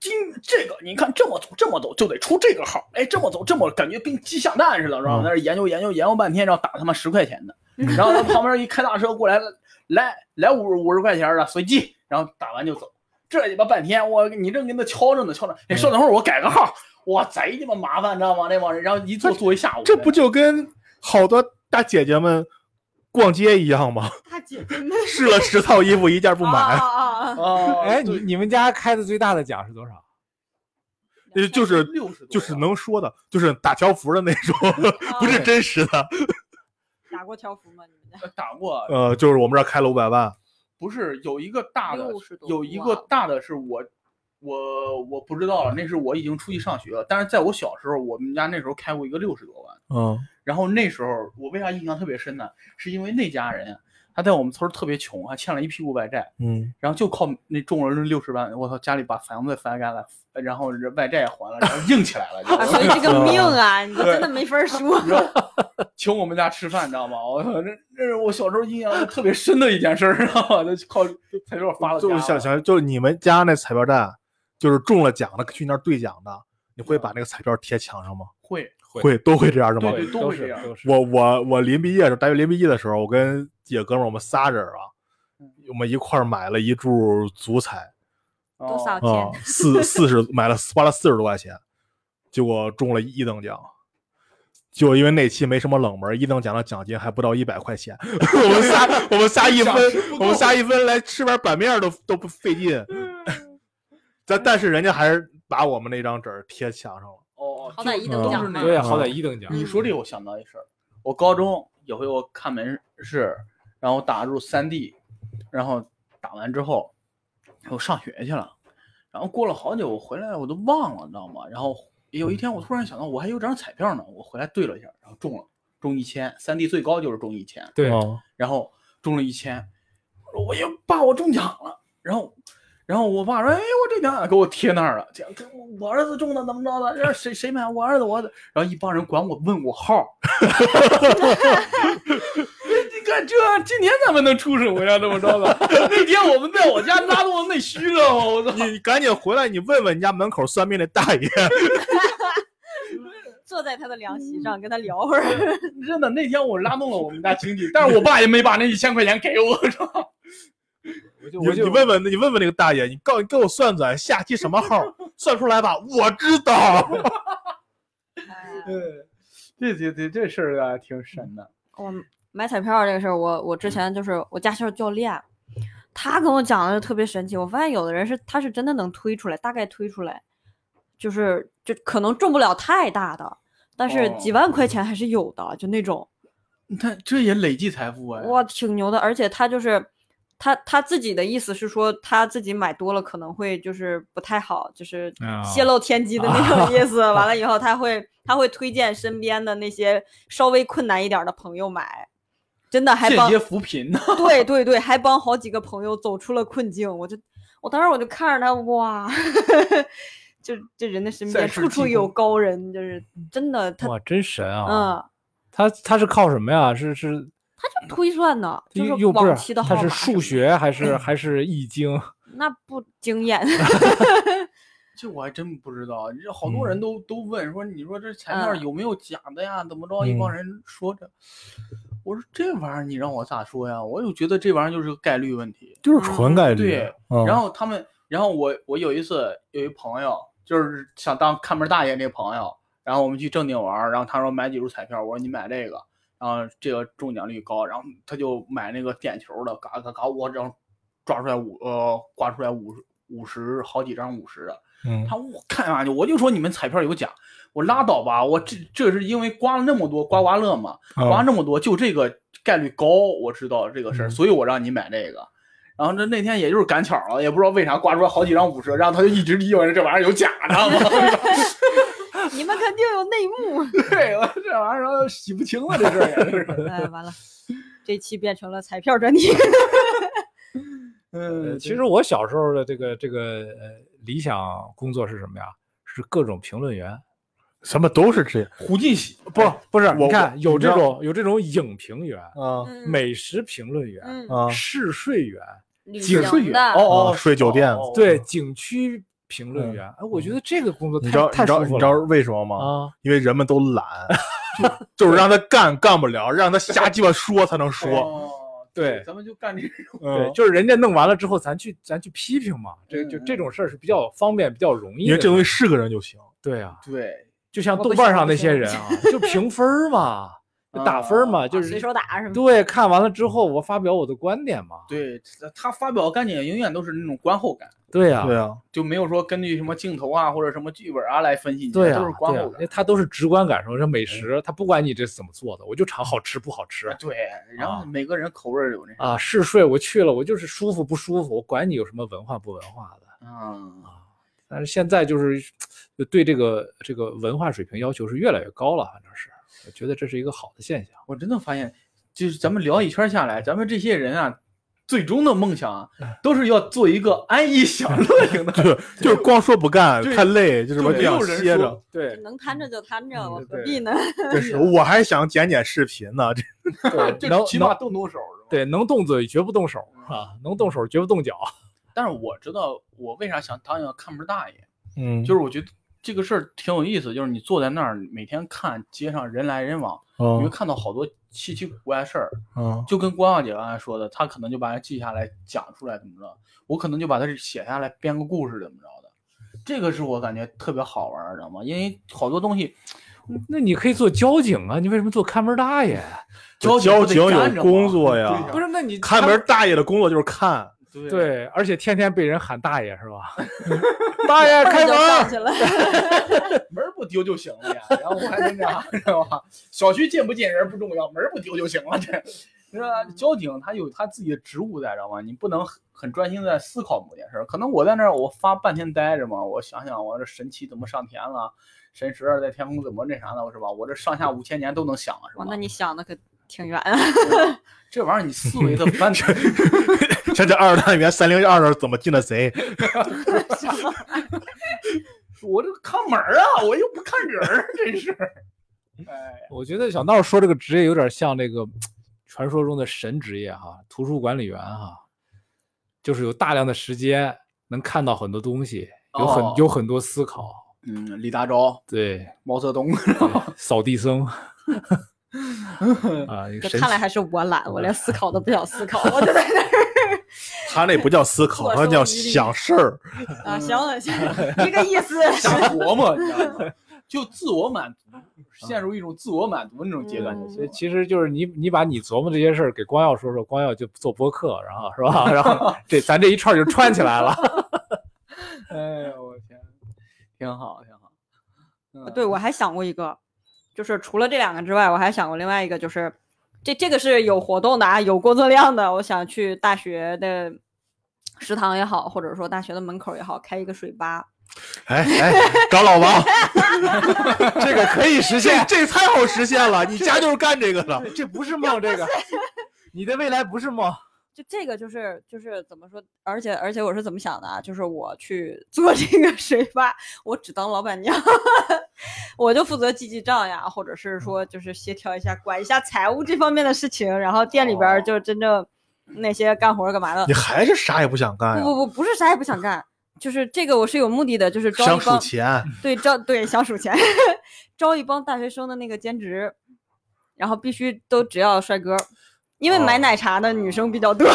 S1: 今这个你看这么走这么走就得出这个号，哎，这么走这么感觉跟鸡下蛋似的，然后在
S2: 嗯
S1: 那儿研究研究研究半天，然后打他妈十块钱的，然后他旁边一开大车过来，来来五五十块钱的随机，然后打完就走。这鸡巴半天，我你正跟他敲着呢，敲着，
S2: 嗯
S1: 哎，稍等会儿我改个号，哇，贼鸡巴麻烦，知道吗？那帮人，然后一坐坐一下午。
S2: 这不就跟好多大姐姐们逛街一样吗？ [LAUGHS]
S3: 大姐姐们
S2: 试了十套衣服一件不买，
S3: 啊啊
S1: 啊？
S4: 哎，
S1: 对
S4: 你你们家开的最大的奖是多少？
S2: 呃就是
S1: 六十，
S2: 就是能说的，就是打条幅的那种，
S3: 哦
S2: 不是真实的。
S3: 打过条幅吗？你们家
S1: 打过，
S2: 呃，就是我们这儿开了五百万，
S1: 不是有一个大的
S3: 60，多
S1: 有一个
S3: 哇
S1: 大的是我，我我不知道了，那是我已经出去上学了。但是在我小时候，我们家那时候开过一个六十多万。
S2: 嗯
S1: 然后那时候我为啥印象特别深呢？是因为那家人他在我们村儿特别穷，还欠了一屁股外债，
S2: 嗯，
S1: 然后就靠那中了六十万，我操，家里把房子翻盖了，呃然后人外债也还了，然后硬起来了。就 [LAUGHS]
S3: 啊，所以这个命啊，你真的没法说。
S1: 然后请我们家吃饭，你知道吗？我操，那那是我小时候印象特别深的一件事儿，知道吗？就靠彩票发了家
S2: 就
S1: 了，
S2: 是想想，就是你们家那彩票站，就是中了奖的去那儿兑奖的，你会把那个彩票贴墙上吗？
S1: 会
S4: 会
S2: 会，都会这样是吗？
S1: 对都会这
S4: 是
S1: 样
S4: 都是
S2: 我嗯我我临毕业的时候，大学临毕业的时候，我跟几个哥们儿，我们仨人啊
S1: 嗯，
S2: 我们一块儿买了一注足彩
S3: 多少
S1: 哦
S2: 啊
S3: 钱？，
S2: 四四十买了花了四十多块钱，结果中了一等奖。就因为那期没什么冷门，一等奖的奖金还不到一百块钱， [LAUGHS] 我们仨我们仨一分
S1: 小时不，够
S2: 我们仨一分来吃碗板面都都不费劲。但但是人家还是把我们那张纸儿贴墙上了。
S1: 哦，
S3: [LAUGHS] 好
S1: 就
S3: 歹一嗯
S2: 等奖
S1: 就是那
S3: 嘛
S1: 个
S4: 对，好歹一等奖。
S1: 你说这个，我想到一事儿。我高中有回我看门市，然后打入三 D，然后打完之后，我上学去了。然后过了好久，我回来我都忘了，你知道吗？然后有一天我突然想到，我还有张彩票呢，我回来对了一下，然后中了，中一千，三 D 最高就是中一千。
S4: 对，
S2: 哦
S1: 然后中了一千，我说我也爸我中奖了，然后然后我爸说哎我中奖了，给我贴那儿了，这样这我我儿子中的怎么着的，让谁谁买我儿子我儿子，然后一帮人管我问我号， [LAUGHS] 你看这今年咱们能出什么呀？这么着的，那天我们在我家拉的我内虚了，我操！ [LAUGHS]
S2: 你赶紧回来，你问问你家门口算命那大爷。
S3: 坐在他的凉席上跟他聊会儿。
S1: 真的，那天我拉动了我们家经济，但是我爸也没把那一千块钱给我，知道吗
S4: 我就
S2: 你
S4: 我就
S2: 你问问，你问问那个大爷，你告你给我算算下期什么号，
S1: [LAUGHS]
S2: 算出来吧，我知道。
S1: [LAUGHS] 对，这这这这事儿啊，挺神 [LAUGHS] 的。
S3: 我 [LAUGHS] 买彩票这个事儿，我我之前就是我驾校教练，他跟我讲的就特别神奇。我发现有的人是他是真的能推出来，大概推出来，就是就可能中不了太大的，但是
S1: 哦
S3: 几万块钱还是有的，就那种。
S1: 他这也累计财富哎，
S3: 哇，挺牛的。而且他就是他他自己的意思是说，他自己买多了可能会就是不太好，就是
S4: 啊
S3: 泄露天机的那种意
S4: [LAUGHS]
S3: 思。完了以后，他会他会推荐身边的那些稍微困难一点儿的朋友买，真的还
S1: 间
S3: 帮
S1: 接扶贫呢。
S3: 对对对，还帮好几个朋友走出了困境。我就我当时我就看着他，哇， [LAUGHS] 就这人的身
S1: 赛
S3: 边
S1: 事
S3: 处处
S1: 季
S3: 有
S1: 风
S3: 高人，就是真的他
S4: 哇，真神啊！
S3: 嗯。
S4: 他他是靠什么呀？是是，
S3: 他就嗯推算呢，就
S4: 又
S3: 是
S4: 又不
S3: 往期
S4: 是，
S3: 的号
S4: 他
S3: 码
S4: 是
S3: 什
S4: 数
S3: 么的，
S4: 学还是还是易经？
S3: 那不惊
S4: [LAUGHS]
S3: 艳。
S1: 这我还真不知道，这好多人都、都问说，你说这前面
S3: 嗯
S1: 有没有假的呀？怎么着？一帮
S4: 嗯
S1: 人说着，我说这玩意儿你让我咋说呀？我就觉得这玩意儿就是个概率问题。
S2: [LAUGHS] 就是纯概率。
S1: 对
S2: 嗯、
S1: 然后他们，然后我我有一次有一朋友，就是想当看门大爷那朋友，然后我们去正经玩儿，然后他说买几注彩票，我说你买这个，然后这个中奖率高，然后他就买那个点球的，嘎嘎嘎，我然后抓出来五呃刮出来五十五十好几张五十的。
S2: 嗯
S1: 他说我看嘛去，我就说你们彩票有假，我拉倒吧，我这这是因为刮了那么多刮刮乐嘛，刮
S2: 嗯
S1: 那么多就这个概率高，我知道这个事儿，
S2: 嗯
S1: 所以我让你买这个。然后这那天也就是赶巧了，也不知道为啥刮出来好几张五十，然后他就一直议论着这玩意儿有假的嘛，
S3: 你们肯定有内
S4: [LAUGHS]
S3: 幕。
S1: 对，我这玩意儿洗不清了，这事儿也
S3: [LAUGHS]
S1: 是。
S3: 哎，完了，这期变成了彩票专题。
S4: 呃
S1: 嗯，
S4: 其实我小时候的这个这个呃理想工作是什么呀？是各种评论员，
S2: 什么都是这样。
S1: 胡进喜
S4: 不不是，
S2: 我
S4: 你看有
S2: 你知
S4: 这
S2: 道
S4: 种有这种影评员、
S2: 啊
S4: 美食评论员、
S3: 嗯，
S2: 啊，
S4: 试睡员，
S3: 旅
S1: 景
S3: 行
S1: 睡员
S3: 的
S1: 哦哦，
S2: 睡酒店
S1: 哦哦
S4: 对景区评论
S2: 嗯
S4: 员。哎，我觉得这个工作
S2: 你
S4: 太
S2: 知道你
S4: 太
S2: 知道
S4: 舒
S2: 你
S4: 服
S2: 知道
S4: 了
S2: 为什么吗？
S4: 啊！
S2: 因为人们都 [LAUGHS] 懒，就就是让他干干不了，让他瞎鸡巴说才能说。
S1: 哦
S4: 对
S1: 咱们就干这种。
S4: 对，
S2: 嗯，
S4: 就是人家弄完了之后，咱去咱去批评嘛，这就
S1: 嗯
S4: 这种事儿是比较方便、比较容易
S2: 因
S4: 的。
S2: 为这东西是个人就行。
S4: 对啊，
S1: 对，
S4: 就像
S3: 我
S4: 豆
S3: 不
S4: 瓣
S3: 行
S4: 上
S3: 我不
S4: 那些
S3: 行
S4: 人啊，就评分儿嘛，就打分儿嘛，
S1: [LAUGHS] 啊
S4: 就
S3: 随
S4: 是
S3: 手打 [LAUGHS] 什么？
S4: 对，看完了之后我发表我的观点嘛。
S1: 对他他发表观点永远都是那种观后感。
S4: 对呀，
S2: 对啊，
S1: 就没有说根据什么镜头啊或者什么剧本啊来分析你，
S4: 对呀，
S1: 都是观
S4: 对呀啊
S1: 后
S4: 因
S1: 感
S4: 为。它都是直观感受。这美食，它不管你这是怎么做的，我就尝好吃不好吃
S1: 啊对，然
S4: 啊
S1: 后每个人口味儿有那啥。
S4: 啊。试睡我去了，我就是舒服不舒服，我管你有什么文化不文化的。
S1: 嗯，
S4: 但是现在就是就对这个这个文化水平要求是越来越高了，反正是，我觉得这是一个好的现象。
S1: 我真的发现，就是咱们聊一圈儿下来，咱们这些人啊，最终的梦想啊，
S4: 哎
S1: 都是要做一个安逸享乐型
S4: [LAUGHS]
S1: 的。
S2: 对，就是光说不干
S1: 对
S2: 太累，就什么
S1: 对
S2: 就想
S1: 没有人
S2: 歇着
S1: 说。
S3: [LAUGHS]
S4: 对嗯
S3: 能摊着就摊着，我何
S4: 对
S3: 必呢？
S2: [LAUGHS] 这是，我还想剪剪视频呢。这
S4: 对，能
S1: 就起码
S4: 能
S1: 动动手。是吧，
S4: 对能动嘴绝不动手啊，能动手绝不动脚。
S1: 但是我知道我为啥想当一个看门大爷，
S2: 嗯
S1: 就是我觉得这个事儿挺有意思，就是你坐在那儿每天看街上人来人往，
S4: 哦
S1: 你会
S2: 嗯
S1: 看到好多稀奇古怪的事儿。
S2: 嗯
S1: 就跟关小姐刚才说的，她可能就把它记下来讲出来怎么着，我可能就把它写下来编个故事怎么着的，这个是我感觉特别好玩儿，知道吗？因为好多东西
S4: [LAUGHS] 那你可以做交警啊，你为什么做看门大爷？啊
S1: 交
S2: 交
S1: 警
S2: 警
S1: 不得
S2: 有
S1: 站着吗
S2: 工作呀
S1: 对
S4: 不是，那你
S2: 看门大爷的工作就是
S4: [LAUGHS]
S2: 看，
S1: 对
S4: 对，而且天天被人喊大爷是吧？ [LAUGHS] 大爷开
S3: [LAUGHS] 就上
S4: 门！ [LAUGHS]
S3: 去了。
S1: 门儿不丢就行了呀，然后我还能啥，知道吧？小区进不进人不重要，门儿不丢就行了，这 [LAUGHS] 是吧？交警他有他自己的职务在，知道吗？你不能很很专心在思考某件事儿。可能我在那儿我发半天呆着嘛，我想想我这神七怎么上天了，神十二在天空怎么那啥了，是吧？我这上下五千年都能想，是
S3: 哇
S1: 吧，？
S3: 那你想的可挺远啊。
S4: [LAUGHS]
S1: 这玩意儿你思维的翻转，
S2: [LAUGHS] 像这二单元三零二二怎么进的谁？
S1: [LAUGHS] 我这个看门儿啊，我又不看人儿，真是。哎，
S4: 我觉得小闹说这个职业有点像那个传说中的神职业哈，图书管理员哈，就是有大量的时间能看到很多东西，有很、
S1: 哦
S4: 有很多思考。
S1: 嗯，李大钊、
S4: 对，
S1: 毛泽东，
S4: 扫地僧 [LAUGHS] 啊，一个神
S3: 看来
S4: 奇
S3: 还是我懒，我连思考都不想思考，我就在那儿
S2: 他那不叫思
S4: [LAUGHS]
S2: 考，他叫想事儿。
S3: 啊，行了行
S4: [LAUGHS]
S3: 了，一个意思。
S1: 瞎琢磨，你知 [LAUGHS] 道吗？就自我满足，陷入一种自我满足那种阶段就
S3: 嗯
S1: 行
S4: 所以
S1: 了。
S4: 其实就是你你把你琢磨这些事儿给光耀说说，光耀就做播客，然后是吧？ [LAUGHS] 然后这咱这一串就串起来了。
S1: 哎呦我天，挺好挺好。嗯
S3: 对，我还想过一个，就是除了这两个之外，我还想过另外一个，就是这这个是有活动的啊，有工作量的。我想去大学的食堂也好，或者说大学的门口也好，开一个水吧。
S2: 哎哎，找老
S4: [LAUGHS]
S2: 王，这个可以实现，这太好实现了。你家就是干这个的，
S4: 这不是梦，这个你的未来不是梦。
S3: 就这个就是就是怎么说，而且而且我是怎么想的啊？就是我去 [LAUGHS] 做这个水吧，我只当老板娘， [LAUGHS] 我就负责记记账呀，或者是说就是协调一下、管一下财务这方面的事情，然后店里边儿就真正那些干活儿干嘛的
S2: 你，还是啥也不想干
S3: 不
S2: 呀？
S3: 不不，不是啥也不想干，就是这个我是有目的的，就是招
S2: 想
S3: 一帮
S2: 数钱，
S3: 对招对想数钱， [LAUGHS] 招一帮大学生的那个兼职，然后必须都只要帅哥，因为买
S2: 哦
S3: 奶茶的女生比较多。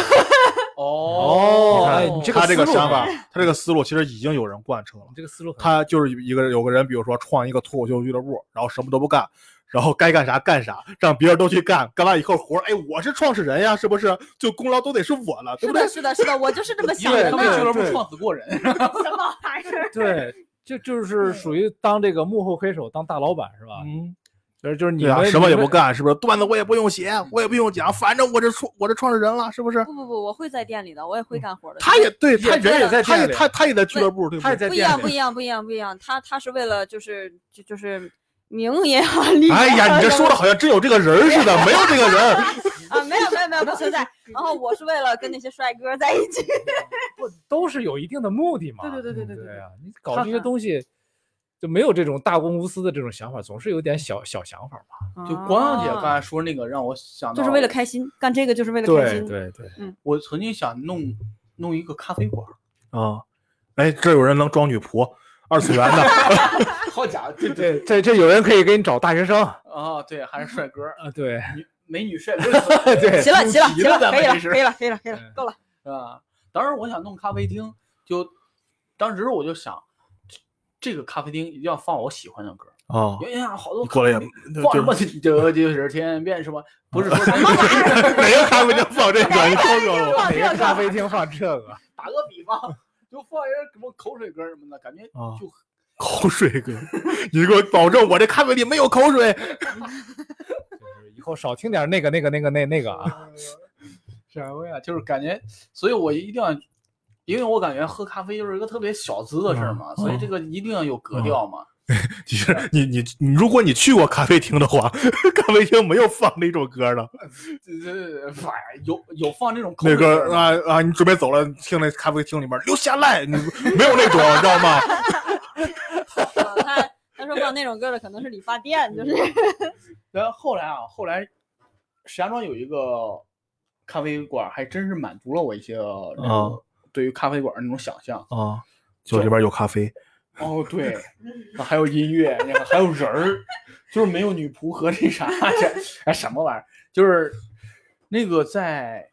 S1: 哦
S4: 哎你这个
S2: 他这个
S4: 思路
S2: 想法，他这个思路其实已经有人贯彻了。
S4: 你这个思路很
S2: 他就是一个有个人，比如说创一个脱口秀俱乐部，然后什么都不干，然后该干啥干啥，让别人都去干，干完以后活儿，哎，我是创始人呀，是不是？就功劳都得是我了，对
S3: [LAUGHS]
S2: 不
S3: 是
S2: 对
S3: 的，？是的，是的，我就
S2: [LAUGHS]
S3: 是这么
S1: 因
S3: 想
S1: 为
S3: 的
S1: 他被俱
S3: 嘛。
S1: 乐部
S2: 对
S1: 创始过人，
S3: 什么玩
S2: [LAUGHS]
S3: 意儿？ [LAUGHS]
S4: 对，这就是属于当这个幕后黑手，当大老板是吧？
S2: 嗯，
S4: 就是就是你
S2: 对啊，
S4: 们
S2: 什么也不。
S4: 你们嗯
S2: 干，是不是？段子我也不用写，我也不用讲，反正我这创我这创始人了，是不是？
S3: 不不不，我会在店里的，我也会干活的。
S2: 他也对
S4: 也
S2: 他人
S4: 在
S2: 他也
S4: 店里
S2: 他他也在俱乐部，对不
S4: 他也
S2: 对？
S4: 在
S3: 不一
S4: 店
S3: 样，
S4: 里
S3: 不一样，不一样，不一样。他他是为了就是就就是名也好，利
S2: 哎
S3: 也
S2: 呀，
S3: 好
S2: 你这
S3: 什
S2: 说
S3: 么
S2: 的好像真有这个人儿似的，没有这个人
S4: [LAUGHS]
S2: 儿。
S3: 啊，没有没有没有不存在。然后我是为了跟那些帅哥在一
S2: [LAUGHS]
S3: 起。
S4: 不都是有一定的目的嘛？
S3: 对对对对
S4: 对
S3: 对对
S4: 啊，你搞
S3: 他
S4: 这些东西就没有这种大公无私的这种想法，总是有点小小想法嘛。
S1: 就光阳姐刚才说那个让我想到，
S3: 就是为了开心，干这个就是为了开心。
S4: 对对，
S1: 我曾经想弄弄一个咖啡馆，
S2: 啊，哎，这有人能装女仆，二次元的。
S1: 好家伙，对
S4: 这这这有人可以给你找大学生啊？
S1: 啊，对，还是帅 [LAUGHS] 哥，
S4: [LAUGHS] 对，
S1: 女美女帅哥， [LAUGHS]
S4: 对
S3: 行了行了
S1: 急
S3: 行了，
S1: 咱
S3: 可
S1: 们
S3: 以了
S1: 这是
S3: 可以了可以了可以了
S4: 嗯，
S3: 够了。
S1: 啊，当时我想弄咖啡厅，就当时我就想，这这个咖啡厅一定要放我喜欢的歌儿。
S4: [LAUGHS]
S2: 啊，
S1: 哎呀，好多
S2: 你过来也
S1: 咖啡厅
S2: 就
S1: 放什
S2: 就
S1: 么这就是天边什么，不是说咱
S2: 哪个咖啡厅放这个？你告诉我。
S4: 哪个咖啡厅放这个？
S1: 打个比方，就放一些什么口水歌儿什么的，感觉
S2: 啊
S1: 就
S2: 口水哥，你给我保证，我这咖啡里没有口水。
S4: 就是以后少听点那个那个那个那那
S3: [LAUGHS]
S4: 个啊。
S1: 什么呀，就是感觉，所以我一定要，因为我感觉喝咖啡就是一个特别小资的事
S2: 嗯
S1: 儿嘛，所以这个一定要有格调嘛。 [LAUGHS]
S2: 你是你你你，如果你去过咖啡厅的话， [LAUGHS] 咖啡厅没有放那种歌的，
S1: 这这反有有放这种口
S2: 那
S1: 水歌儿
S2: 歌
S1: 吗，
S2: 啊啊，你准备走了，听那咖啡厅里面留下来，你没有那种，你知道吗？ [LAUGHS]
S3: 啊他他说放那种歌的可能是理发店，
S1: [LAUGHS]
S3: 就是
S1: 然后后来啊，后来石家庄有一个咖啡馆儿，还真是满足了我一些呃那
S2: 啊
S1: 个对于咖啡馆儿那种想象。
S2: 啊，就里边有咖啡，
S1: 哦，对，啊还有音乐，那个还有人儿，就是没有女仆和那啥，这哎什么玩意儿？就是那个在，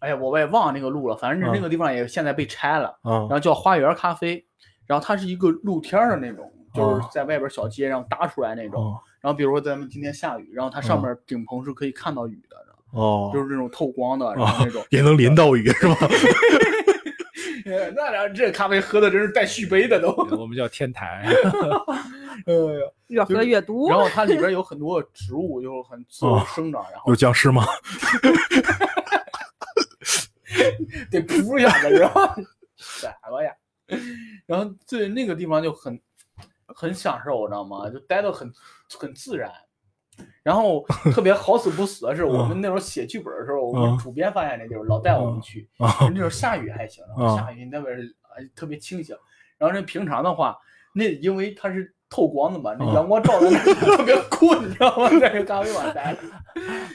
S1: 哎呀，我也忘了那个路了，反正是那
S2: 嗯
S1: 个地方也现在被拆了，
S2: 啊
S1: 然后叫花园咖啡，然后它是一个露天儿的那种，就是
S2: 哦
S1: 在外边儿小街上搭出来那种。然后比如说咱们今天下雨，然后它上
S2: 嗯
S1: 面顶棚是可以看到雨的，
S2: 哦
S1: 就是那种透光的，然后那种。
S2: 也能淋到雨是吧？ [LAUGHS]
S1: 哎那俩这咖啡喝的真是带续杯的都。
S4: 我们叫天台，
S1: 哎呀
S3: 越喝越毒
S1: 然。后它里边有很多植物，就是很自由
S2: 哦
S1: 生长，然后
S2: 有僵尸吗？
S1: 得扑一下子，然后傻了呀。然后对那个地方就很很享受，知道吗？就待的很很自然。然后特别好死不死的是，我们那时候写剧本的时候，我
S2: 嗯
S1: 们主编发现那地方老带我们去。
S2: 啊
S1: 那时候下雨还行，然后
S2: 嗯
S1: 下雨那边儿呃特别清醒。然后那平常的话，那因为它是透光的嘛，那
S2: 嗯
S1: 阳光照在那儿 [LAUGHS] 特别酷，你知道吗？在这咖啡馆待着，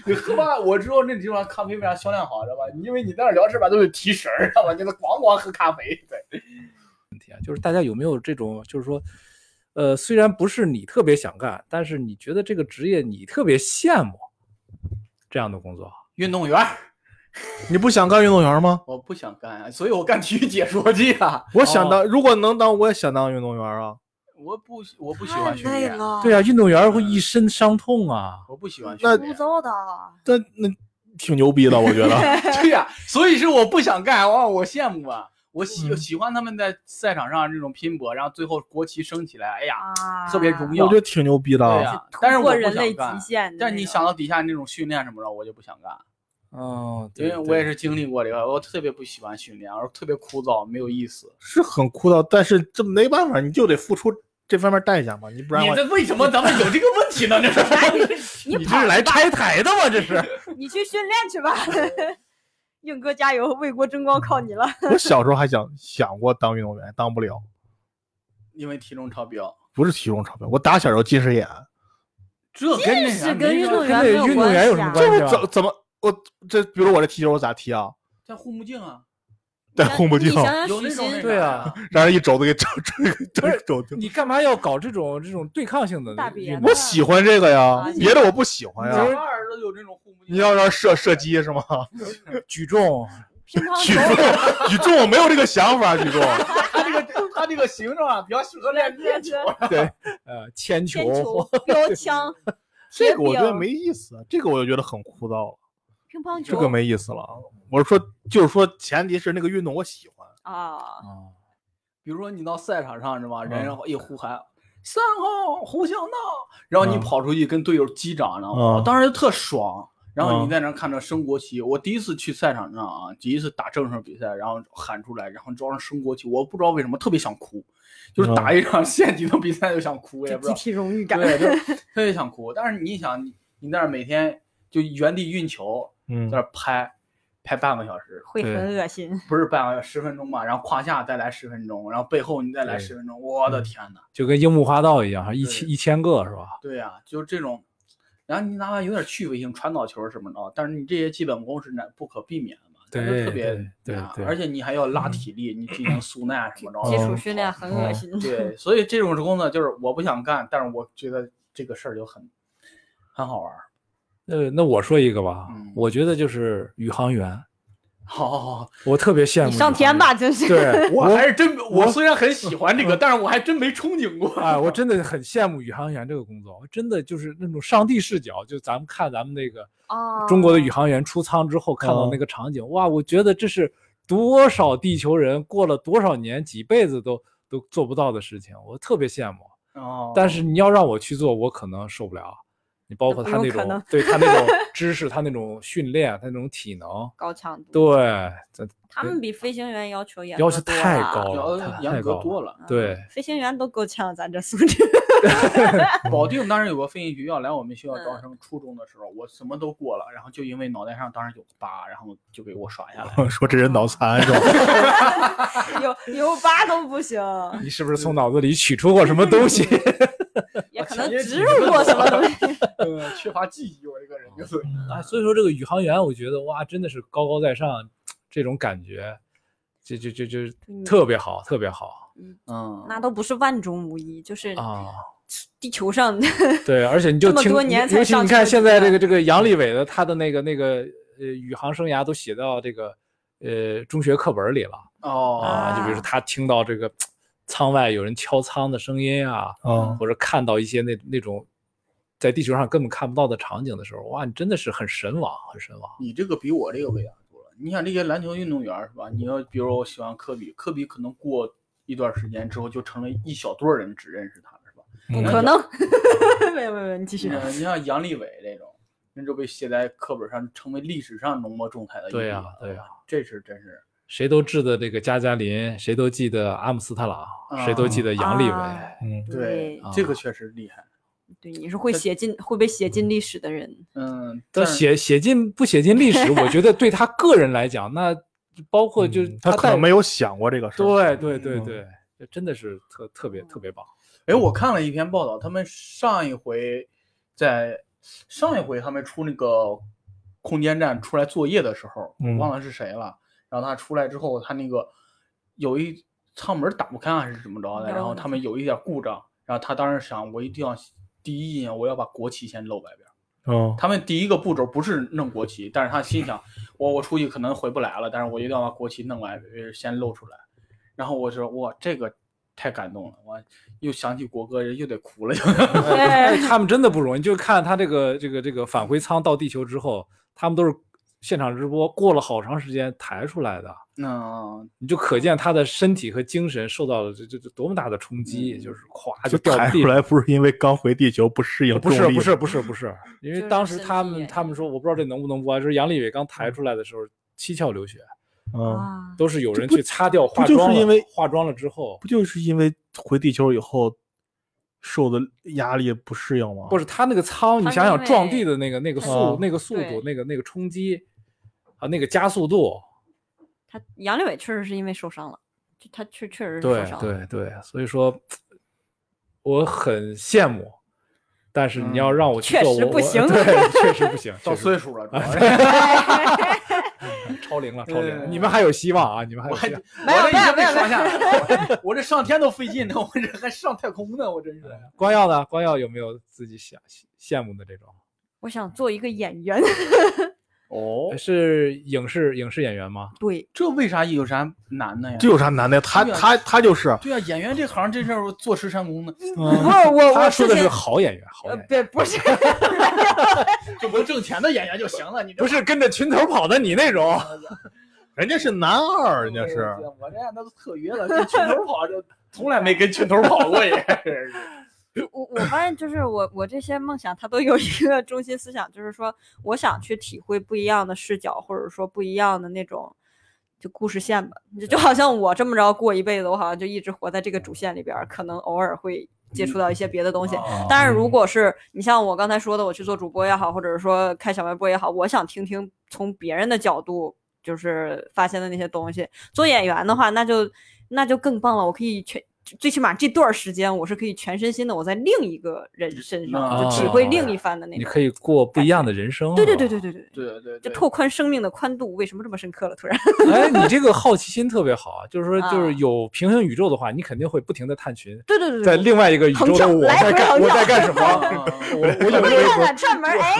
S1: 你喝吧，我知道那地方咖啡为啥销量好，知道吧？因为你在那儿聊天吧都得提神儿，知道吧？就是咣咣喝咖啡，对，
S4: 就是大家有没有这种，就是说，呃，虽然不是你特别想干，但是你觉得这个职业你特别羡慕这样的工作？
S1: 运动员儿
S2: 你不想干运动员吗？
S1: 我不想干啊，所以我干体育解说去啊。
S2: 我想当，如果能当，我也想当运动员啊。
S1: 我不我不喜欢训练，
S4: 对啊，运动员
S1: 嗯
S4: 会一身伤痛啊。
S1: 我不喜欢训
S2: 那
S1: 练。
S3: 糟的。
S2: 但那挺牛逼的，我觉
S1: [LAUGHS]
S2: 得。
S3: [LAUGHS]
S1: 哦对呀、所以是我不想干，哇，我羡慕啊！我喜我
S2: 嗯
S1: 喜欢他们在赛场上这种拼搏，然后最后国旗升起来，哎呀，
S3: 啊，
S1: 特别荣耀
S2: 我觉得挺牛逼的
S1: 对
S2: 啊。
S1: 呀、但是
S3: 突
S1: 我
S3: 破
S1: 不
S3: 人
S1: 想
S3: 类极
S1: 干。
S3: 限的那种。
S1: 但是你想到底下那种训练什么的，我就不想干，
S4: 哦，
S1: 因为
S4: 对
S1: 我也
S4: 对
S1: 是经历过这个，我特别不喜欢训练，而特别枯燥，没有意思。
S2: 是很枯燥，但是这没办法，你就得付出这方面代价嘛，你不然我
S1: 为什么咱们有这个问题呢？这是
S3: 你
S2: 你这
S3: 跑
S2: 是来
S3: 吧
S2: 拆台的吗？这是
S3: 你去训练去吧。 [LAUGHS] 硬哥加油，为国争光靠你
S1: [LAUGHS]
S3: 了。
S2: [LAUGHS] 我小时候还想想过当运动员，当不了，
S1: [LAUGHS] 因为体重超标，
S2: 不是体重超标，我打小就近视眼，
S1: 这跟那啥
S3: 是跟
S1: 没
S3: 运
S1: 啥
S3: 动
S4: 跟
S3: 员
S4: 那
S3: 没有
S4: 运动员有什么
S3: 关
S4: 关
S3: 系
S2: 这
S4: 系
S2: 我
S4: 啊
S2: 怎怎么我这比如我这踢球我咋踢啊？
S1: 戴护目镜啊，
S2: 戴
S3: 啊
S2: 护目镜
S3: 你，想想
S1: 有
S3: 许
S1: 那种那
S3: 昕
S1: 啥
S4: 对啊
S2: 让人一肘子给肘肘
S4: 不是
S2: 肘掉。
S4: 你干嘛要搞这种这种对抗性的
S3: 大
S4: 运
S3: 别
S4: 动
S2: 我喜欢这个
S3: 啊
S2: 呀，别的我不喜欢
S1: 小
S2: 呀。
S1: 孩儿都有这种护目镜。
S2: 啊
S1: 啊
S2: 你要让射射击是吗？
S4: 举重？啊
S3: 乒乓
S2: 举
S3: 球
S2: 重，举重我没有这个想法，举重。
S1: 他这个他这个形状啊，比较适合练练
S3: 练
S1: 球。
S3: 球、
S2: 对，
S4: 呃，铅
S3: 铅
S4: 球
S3: 球、标枪、
S2: 这个我觉
S3: 铁
S2: 得
S3: 饼
S2: 没意思，这个我就觉得很枯燥了，
S3: 乒乓球，
S2: 这个没意思了。啊我是说，就是说，前提是那个运动我喜欢。
S3: 啊，
S4: 啊，
S1: 比如说你到赛场上是吧，人
S2: 嗯
S1: 一呼喊三号胡向道，然后你
S2: 嗯
S1: 跑出去跟队友击掌，然后
S2: 嗯
S1: 当时就特爽。然后
S2: 嗯
S1: 你在那儿看着升国旗，我第一次去赛场上啊，第一次打正式比赛，然后喊出来，然后装上升国旗，我不知道为什么特别想哭，就是打一场县级的比嗯赛就想哭，我也
S3: 这
S1: 不知道
S3: 集体荣誉感。
S1: 对，就特别想哭。但是你想，你你那儿每天就原地运球，
S2: 嗯
S1: 在那儿拍，拍半个小时，
S3: 会很恶心，
S1: 不是半个小时十分钟吧？然后胯下再来十分钟，然后背后你再来
S4: 对嗯
S1: 十分钟，我的天呐，
S4: 就跟樱木花道一样，还一千
S1: 对
S4: 一千个是吧？
S1: 对呀、啊就这种。然后你哪怕有点趣味性，传导球什么的，啊但是你这些基本功是难不可避免的嘛，但是
S4: 对
S1: 特别
S4: 对对
S1: 难
S4: 对嗯
S1: 而且你还要拉体力，你进行速耐啊什么
S3: [CLEARS THROAT]
S1: 的，
S3: 基
S2: 嗯
S3: 础训练很恶心。
S1: 对，所以这种工作就是我不想干，但是我觉得这个事儿就很很好玩儿。
S4: 呃，那我说一个吧，
S1: 嗯
S4: 我觉得就是宇航员，
S1: 好好好，
S4: 我特别羡慕
S3: 你上
S4: 宇航
S3: 天
S4: 员
S3: 吧，。真是。
S4: [LAUGHS] 对，
S1: 我还是真，我
S4: 我
S1: 虽然很喜欢这个，但是我还真没憧憬
S4: [LAUGHS]
S1: 过。
S4: 啊，我真的很羡慕宇航员这个工作，真的就是那种上帝视角，就咱们看咱们那个
S3: 啊，
S4: 中国的宇航员出舱之后看到
S2: 哦
S4: 那个场景，哇，我觉得这是多少地球人过了多少年、几辈子都都做不到的事情，我特别羡慕。
S1: 哦，
S4: 但是你要让我去做，我可能受不了。你包
S3: 那
S4: 括
S3: 不
S4: 他
S3: 用
S4: 那
S3: 可能
S4: 种对他那种知识，他那种训练，他那种体能，
S3: 高强度，
S4: 对，这
S3: 他们比飞行员要求严格
S4: 要求
S3: 多
S4: 太
S3: 了啊
S4: 高
S1: 要
S4: 了，太
S1: 严
S4: 太
S1: 格
S4: 高
S1: 多。了。
S3: 嗯
S4: 对，
S3: 飞行员都够呛，咱这素质。
S1: 保定当时有个飞行局要来我们学校
S3: 嗯
S1: 招生，初中的时候我什么都过了，然后就因为脑袋上当时有个疤，然后就给我刷下来了。
S2: 说这人脑残是吧？
S3: 有有疤都不
S4: [LAUGHS]
S3: 行，
S4: 你是不是从脑子里取出过什么东西？
S3: 也
S1: 我
S3: 可能
S1: 强烈
S3: 植
S1: 举
S3: 入
S1: 个
S3: 过什
S1: 手
S3: 么东西。
S1: [LAUGHS] 呃缺乏记忆，我这个人就是。
S4: 啊，所以说这个宇航员，我觉得哇，真的是高高在上，这种感觉，这这这这
S3: 嗯
S4: 特别好，特别好
S1: 嗯
S3: 那都不是万中无一，就是
S4: 啊！
S3: 地球上
S4: 对，而
S3: [LAUGHS]
S4: 且你就
S3: 这么
S4: 听，
S3: 多年才
S4: 尤其
S3: 上
S4: 你
S3: 这
S4: 看
S3: 个
S4: 现
S3: 地
S4: 在
S3: 方
S4: 这个这个杨利伟的他的那个那个呃宇航生涯都写到这个呃中学课本里了
S1: 哦，
S4: 啊，就比如
S3: 啊
S4: 说他听到这个舱外有人敲舱的声音啊，
S2: 啊，
S4: 或者看到一些那那种在地球上根本看不到的场景的时候，哇，你真的是很神往，很神往。
S1: 你这个比我这个伟大多了。你想这些篮球运动员儿是吧？你要比如我喜欢科比，科比可能过一段时间之后就成了一小撮人只认识他了，是吧？
S3: 不
S2: 嗯
S3: 可能。 [LAUGHS] 没有没有没有，你继续。
S1: 嗯你像杨利伟这种，那就被写在课本上，成为历史上浓墨重彩的一笔
S4: 对呀
S1: 了
S4: 对呀
S1: 这是真是
S4: 谁都记得这个加加林，谁都记得阿姆斯特朗，谁都记得杨利伟。
S3: 啊
S2: 嗯，
S1: 对、
S4: 啊
S1: 这个确实厉害。
S3: 对，你是会写进会被写进历史的人。
S1: 嗯，
S4: 都
S1: 但是
S4: 写写进不写进历史，我觉得对他个人来讲，那包括就
S2: 嗯他可
S4: 带
S2: 能没有想过这个事儿。
S4: 对对对
S2: 嗯
S4: 对，这真的是特特别特别棒。
S1: 哎，我看了一篇报道，他们上一回在上一回他们出那个空间站出来作业的时候，
S2: 嗯
S1: 我忘了是谁了。然后他出来之后，他那个有一舱门打不开啊还是怎么着的，
S3: 有
S1: 然后他们有一点故障，然后他当时想，我一定要第一印象我要把国旗先露外边。
S2: 嗯，
S1: 他们第一个步骤不是弄国旗，但是他心想，我我出去可能回不来了，但是我一定要把国旗弄来，呃先露出来。然后我说，哇，这个太感动了，我又想起国歌，又得哭了。 [LAUGHS]
S4: 哎，他们真的不容易，就看他这个这个这个返回舱到地球之后，他们都是现场直播过了好长时间抬出来的，
S1: 那
S4: 你就可见他的身体和精神受到了这这这多么大的冲击，就是咵就
S2: 嗯就
S4: 掉
S2: 抬
S4: 地
S2: 出
S4: 上
S2: 来不是因为刚回地球不适应
S4: 不
S2: 重
S4: 是
S2: 力
S4: 不是
S2: 吗
S4: 不是不是，因为
S3: 就是
S4: 当时
S3: 身
S4: 他
S3: 体
S4: 们
S3: 也嗯
S4: 他们说，我不知道这能不能播啊，就是杨利伟刚抬出来的时候七窍流血，
S2: 嗯，
S3: 啊，
S4: 都是有人去擦掉化
S2: 就是
S4: 妆了，
S2: 因为
S4: 化妆了之后，
S2: 不就是因为回地球以后受的压力不适应吗？
S4: 不是他那个仓，你
S3: 他
S4: 想
S3: 因
S4: 想撞地
S3: 为
S4: 的那个那个
S3: 他
S4: 速
S2: 是
S4: 那个速度
S3: 对
S4: 那个那个冲击啊那个加速度，
S3: 他杨利伟确实是因为受伤了，就他确确实是受
S4: 对
S3: 伤了。
S4: 对对，所以说我很羡慕，但是你要
S2: 嗯
S4: 让我去
S3: 确
S4: 做，
S3: 实
S4: 我
S3: 不
S4: 我
S3: 行
S4: 对，确实不行，
S1: 到
S4: 确实
S1: 岁数了，主要是
S4: 超龄了，超龄了，
S1: 对
S4: 你们还有希望啊，你们还
S1: 我
S4: 有
S1: 还
S4: 希望。
S3: [LAUGHS] 没有
S1: 我这已经
S3: 没
S1: 被
S3: 有没有
S1: 刷下来了，我我这上天都费劲呢，我 [LAUGHS] 这还上太空呢，我真是。
S4: 光耀呢？光耀有没有自己想羡慕的这种？
S3: 我想做一个演员， [LAUGHS]
S1: 哦
S4: 是影视影视演员吗？
S3: 对，
S1: 这为啥有啥难的呀？
S2: 这有啥难的？他
S1: 对啊
S2: 他他就是
S1: 对啊，演员这行这事儿坐吃山空的，
S3: 不是哦我
S4: 嗯他
S3: 我
S4: 说
S3: 之
S4: 的是
S3: 前
S4: 好演员，好
S3: 呃
S4: 演员，
S3: 对不是
S1: [LAUGHS] 就能挣钱的演员就行了。
S3: 呃
S1: 你这
S4: 不是跟着群头跑的你那
S3: [LAUGHS]
S4: 种。
S2: 人家是男二，人家是
S1: 我这样都特约了，跟群头跑就 [LAUGHS] 从来没跟群头跑过也。
S3: 我我发现就是我我这些梦想它都有一个中心思想，就是说我想去体会不一样的视角，或者说不一样的那种就故事线吧，就就好像我这么着过一辈子，我好像就一直活在这个主线里边儿，可能偶尔会接触到一些别的东西。
S4: 啊
S1: 啊
S3: 当然，如果是你像我刚才说的，我去做主播也好，或者是说开小卖部也好，我想听听从别人的角度就是发现的那些东西。做演员的话，那就那就更棒了，我可以全。最起码这段时间，我是可以全身心的我在另一个人身上，就体会另一番的那
S4: 你
S3: 种。
S4: 可哦以过不一样的人生。啊
S3: 对对对对对
S4: 是
S3: 对，
S1: 对对
S3: 就
S1: 对，
S3: 拓宽生命的宽度。为什么这么深刻了？突然，
S4: 吧。 [LAUGHS] 哎，你这个好奇心特别好啊，就是说，就是
S3: 啊
S4: 有平行宇宙的话，你肯定会不停的探寻，
S3: 对对对
S4: 在
S3: 对，
S4: 另外一个宇宙
S3: 横
S4: 的
S3: 跳
S4: 我
S3: [LAUGHS] 来
S4: 在
S3: 回
S4: 干
S3: 横
S4: 我
S3: 跳
S4: 在干什
S1: 啊
S4: 么？
S3: [LAUGHS]
S4: 我我有
S3: 我
S4: 没有
S3: 看看串门，哎，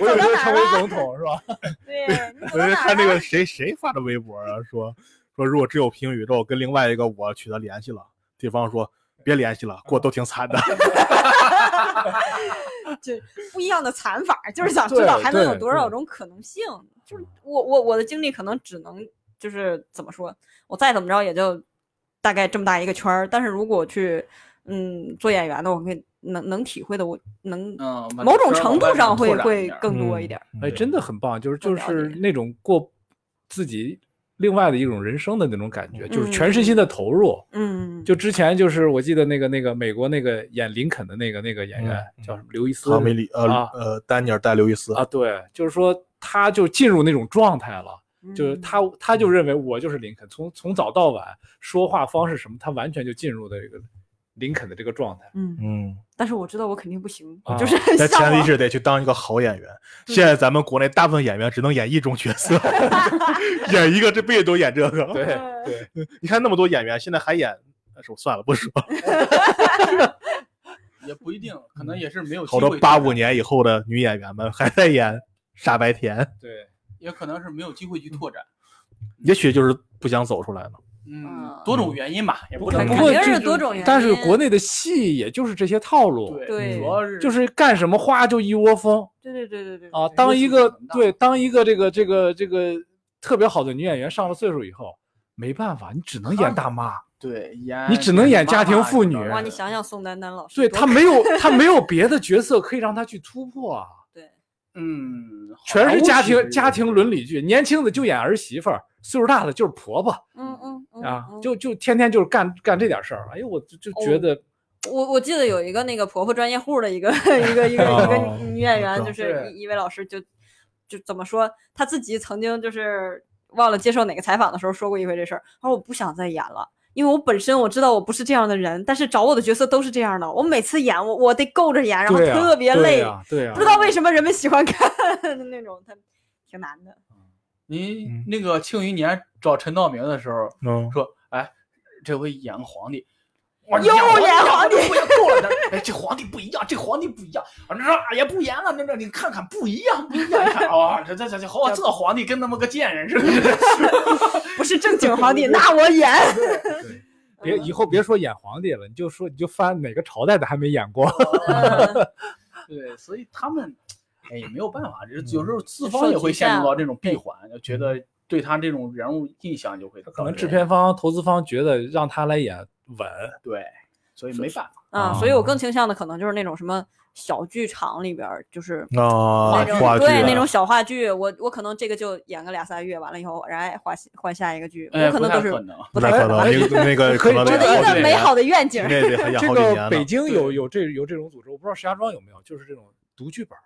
S4: 我有
S3: 走到
S4: 时候
S3: 哪
S4: 成
S3: 儿
S4: 为
S3: 了？
S4: 总统是吧？
S3: 对，你走
S2: 我觉
S3: 到
S2: 得
S3: 哪
S2: 看
S3: 儿
S2: 那
S3: 了
S2: 个？谁谁发的微博啊，说说如果只有平行宇宙跟另外一个我取得联系了，对方说别联系了，过得都挺惨的。
S3: 这不一样的惨法，就是想知
S4: 对
S3: 道还能有
S4: 对
S3: 多少
S4: 对嗯
S3: 种可能性。就是我我我的精力可能只能就是怎么说，我再怎么着也就大概这么大一个圈儿。但是如果去嗯做演员的，我会能能体会的，我能
S1: 嗯，
S3: 某种程度上会会
S1: 更
S3: 更多一点
S2: 嗯
S3: 儿。
S4: 哎，
S2: [LAUGHS]
S4: 真的很棒，就是就
S3: 更了
S4: 是
S3: 解
S4: 那种过自己另外的一种人生的那种感觉，就是全身
S3: 嗯
S4: 心的投入。
S3: 嗯，
S4: 就之前就是我记得那个那个美国那个演林肯的那个那个演员、
S2: 嗯
S4: 叫什么刘易斯
S2: 卡梅里呃
S4: 啊
S2: 呃丹尼尔戴刘易斯
S4: 啊，对，就是说他就进入那种状态了，就是
S3: 嗯
S4: 他他就认为我就是林肯，从从早到晚说话方式什么，他完全就进入的这个林肯的这个状态。
S2: [LAUGHS]
S3: 嗯，
S2: 嗯，
S3: 但是我知道我肯定不行，
S4: 啊
S3: 就是
S2: 但前
S3: 像
S2: 提
S3: 我
S2: 是得去当一个好演员。现在咱们国内大部分演员只能演一种角 [LAUGHS] 色，演一个这辈子都演这个。
S4: 对
S3: 嗯
S4: 对，
S2: 你看那么多演员，现在还演，但是我算了不说，
S1: 也不一定，可能也是没有
S2: 好多八五，年以后的女演员们还在演傻白甜，
S4: 对，
S1: 也可能是没有机会去拓展。
S2: 也许就是不想走出来呢。
S1: 嗯
S3: 嗯，
S1: 多种原因吧，也不
S4: 肯
S1: 能
S4: 不
S3: 肯
S4: 过
S3: 定
S4: 这
S3: 是
S4: 就
S3: 多种原因。啊
S4: 但是国内的戏也就是这些套路，
S1: 对，
S3: 对
S1: 主要是
S4: 就是干什么花就一窝蜂
S3: 对对对对对
S4: 啊。
S1: 对
S4: 当
S1: 优
S4: 一
S1: 秀
S4: 个
S1: 度很大
S4: 对当一个这个这个这个特别好的女演员上了岁数以后，没办法，你只能演大妈。
S3: 啊
S1: 对演，
S4: 你只能演家庭妇女
S1: 妈妈
S3: 哇，你想想宋丹丹老师
S4: [LAUGHS] 对
S3: 多，
S4: 他没有他没有别的角色可以让他去突破
S3: [LAUGHS]
S4: 啊，
S3: 对
S1: 嗯，
S4: 全是家庭家庭伦
S1: 理。
S4: 理剧，年轻的就演儿媳妇儿，岁数大的就是婆婆
S3: 嗯嗯嗯
S4: 啊，
S3: 嗯
S4: 就就天天就是干干这点事儿。哎呦，我就就觉
S3: 哦
S4: 得、
S3: 我我记得有一个那个婆婆专业户的一个一个一个一
S2: 哦
S3: 个女女演员，
S2: 对
S3: 就是一一位老师就就怎么说，她自己曾经就是忘了接受哪个采访的时候说过一回这事儿，她说我不想再演了。因为我本身我知道我不是这样的人，但是找我的角色都是这样的。我每次演我我得够着演，然后
S4: 对啊
S3: 特别
S4: 对
S3: 累，
S4: 啊，对啊，
S3: 不知道为什么人们喜欢看 [LAUGHS] 那种，她挺难的。
S1: 您
S2: 嗯
S1: 那个庆余年找陈道明的时候
S2: 嗯，
S1: 说，哎，这回演个皇帝。哎
S3: 又演皇帝
S1: 帝，不也够了呢？哎，这皇帝不一样，这皇帝不一样。反正啊，也不演了，那那你看看不一样，不一样。你看啊，这这这这，好，这嗯皇帝跟他妈个贱人似 [LAUGHS] 的。
S3: 不是正经
S4: [LAUGHS]
S3: 皇帝，那我演。 [LAUGHS]
S4: 别以后别说演皇帝了，你就说你就翻哪个朝代的还没演过。
S3: 嗯
S1: 对，所以他们，哎也没有办法，这有
S4: 嗯
S1: 时候资
S3: 就
S1: 方
S3: 收
S1: 也会
S3: 集
S1: 陷入
S3: 下
S1: 到这种闭环，就觉得对他这种人物印象就会
S4: 可
S1: 可
S4: 能制片方、投资方觉得让他来演稳，
S1: 对，所以没办法。
S3: 啊，所以我
S4: 啊
S3: 更倾向的可能就是那种什么小剧场里边儿，就是
S2: 啊
S3: 那种
S2: 话剧
S3: 对那
S2: 啊
S3: 种小话剧，我我可能这个就演个俩仨月，完了以后，然后哎换下换下一个剧，
S1: 哎
S3: 我可
S1: 不
S3: 能都
S1: 太
S3: 是
S1: 可能
S3: 不
S2: 不
S3: 太
S2: 太可
S3: 能 [LAUGHS]
S2: 能，那个那个
S4: 可
S2: 可
S4: 以
S2: 能
S4: 觉
S2: 得
S3: 我的
S1: 对
S3: 一
S1: 对
S3: 个
S1: 对
S3: 美好的愿景
S2: 那。得 [LAUGHS] 养
S4: 这
S2: 好几年
S4: 个
S2: 了。
S4: 北京
S1: 对
S4: 有有这有这种组织，我不知道石家庄有没有，就是这种读剧本儿，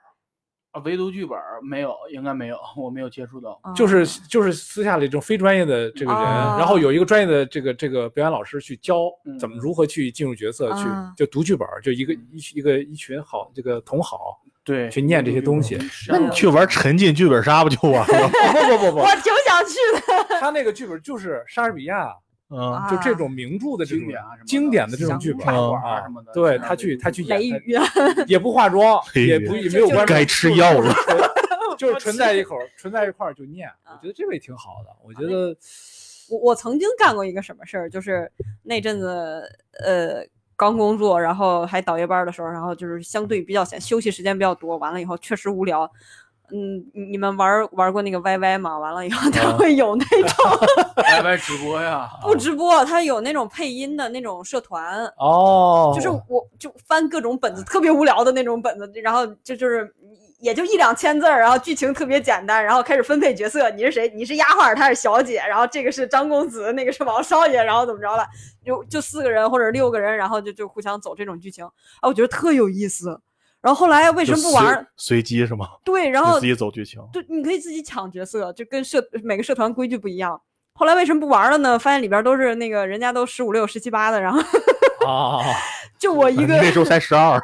S1: 啊，唯独剧本儿没有，应该没有，我没有接触到。
S4: 就是就是私下里这种非专业的这个人，
S3: 啊
S4: 然后有一个专业的这个这个表演老师去教
S1: 嗯
S4: 怎么如何去进入角色，去
S3: 啊
S4: 就读剧本儿，就一个
S1: 嗯
S4: 一一个一群好这个同 [LAUGHS] 好，
S1: 对，
S4: 去念
S1: 唯
S4: 这
S1: 独
S4: 些
S1: 剧
S4: 东
S1: 本儿
S4: 西
S1: 是
S2: 那
S1: 啊
S2: 你去玩沉浸剧本杀不就完了？
S4: 哦不不不
S3: 我挺想去的，
S4: 不，他那个剧本就是莎士比亚
S2: 嗯，
S4: 就这种名著的这
S1: 经
S4: 种
S1: 典啊什么的
S4: 啊经典的这种
S1: 想
S4: 剧本
S1: 茶
S4: 儿
S1: 馆儿啊
S4: 啊
S1: 什么的，
S4: 对
S1: 像
S4: 他
S1: 唯
S4: 去
S1: 独
S4: 他
S1: 剧
S4: 去
S1: 本
S4: 演
S1: 儿
S3: 雷
S4: 他
S3: 雨啊， [LAUGHS]
S4: [LAUGHS] 也不化妆，
S2: 嘿
S4: 也不
S3: 这
S4: 没
S3: 就
S4: 有关注，
S2: 该吃药了。
S4: 就是纯在一口，纯在一块儿就念。我觉得这个也挺好的，我觉得
S3: 我我曾经干过一个什么事儿，就是那阵子呃刚工作，然后还倒夜班儿的时候，然后就是相对比较闲，休息时间比较多，完了以后确实无聊。嗯，你你们玩儿玩过那个 YY 吗？完了以后，它会有那种、
S1: Y Y 直播呀，
S2: 哦
S3: 不直播，它有那种配音的那种社团，
S4: 哦，
S3: 就是我就翻各种本子，特别无聊的那种本子，然后这就是也就一两千字儿，然后剧情特别简单，然后开始分配角色，你是谁？你是丫鬟，她是小姐，然后这个是张公子，那个是王少爷，然后怎么着了？就就四个人或者六个人，然后就就互相走这种剧情啊，我觉得特有意思。然后后来为什
S2: 就
S3: 么不玩
S2: 随
S3: 儿？哦
S2: 随机是吗？
S3: 对，然
S2: 你
S3: 后
S2: 自己走剧情。
S3: 对，你可以自己抢角色，就跟社每个社团规矩不一样。后来为什么不玩了呢？发现里边都是那个人家都十五六、十七八的，然后
S4: 啊，
S3: 就我
S2: 啊 [LAUGHS]
S3: 一
S2: 你
S3: 个
S2: 那时候才十二，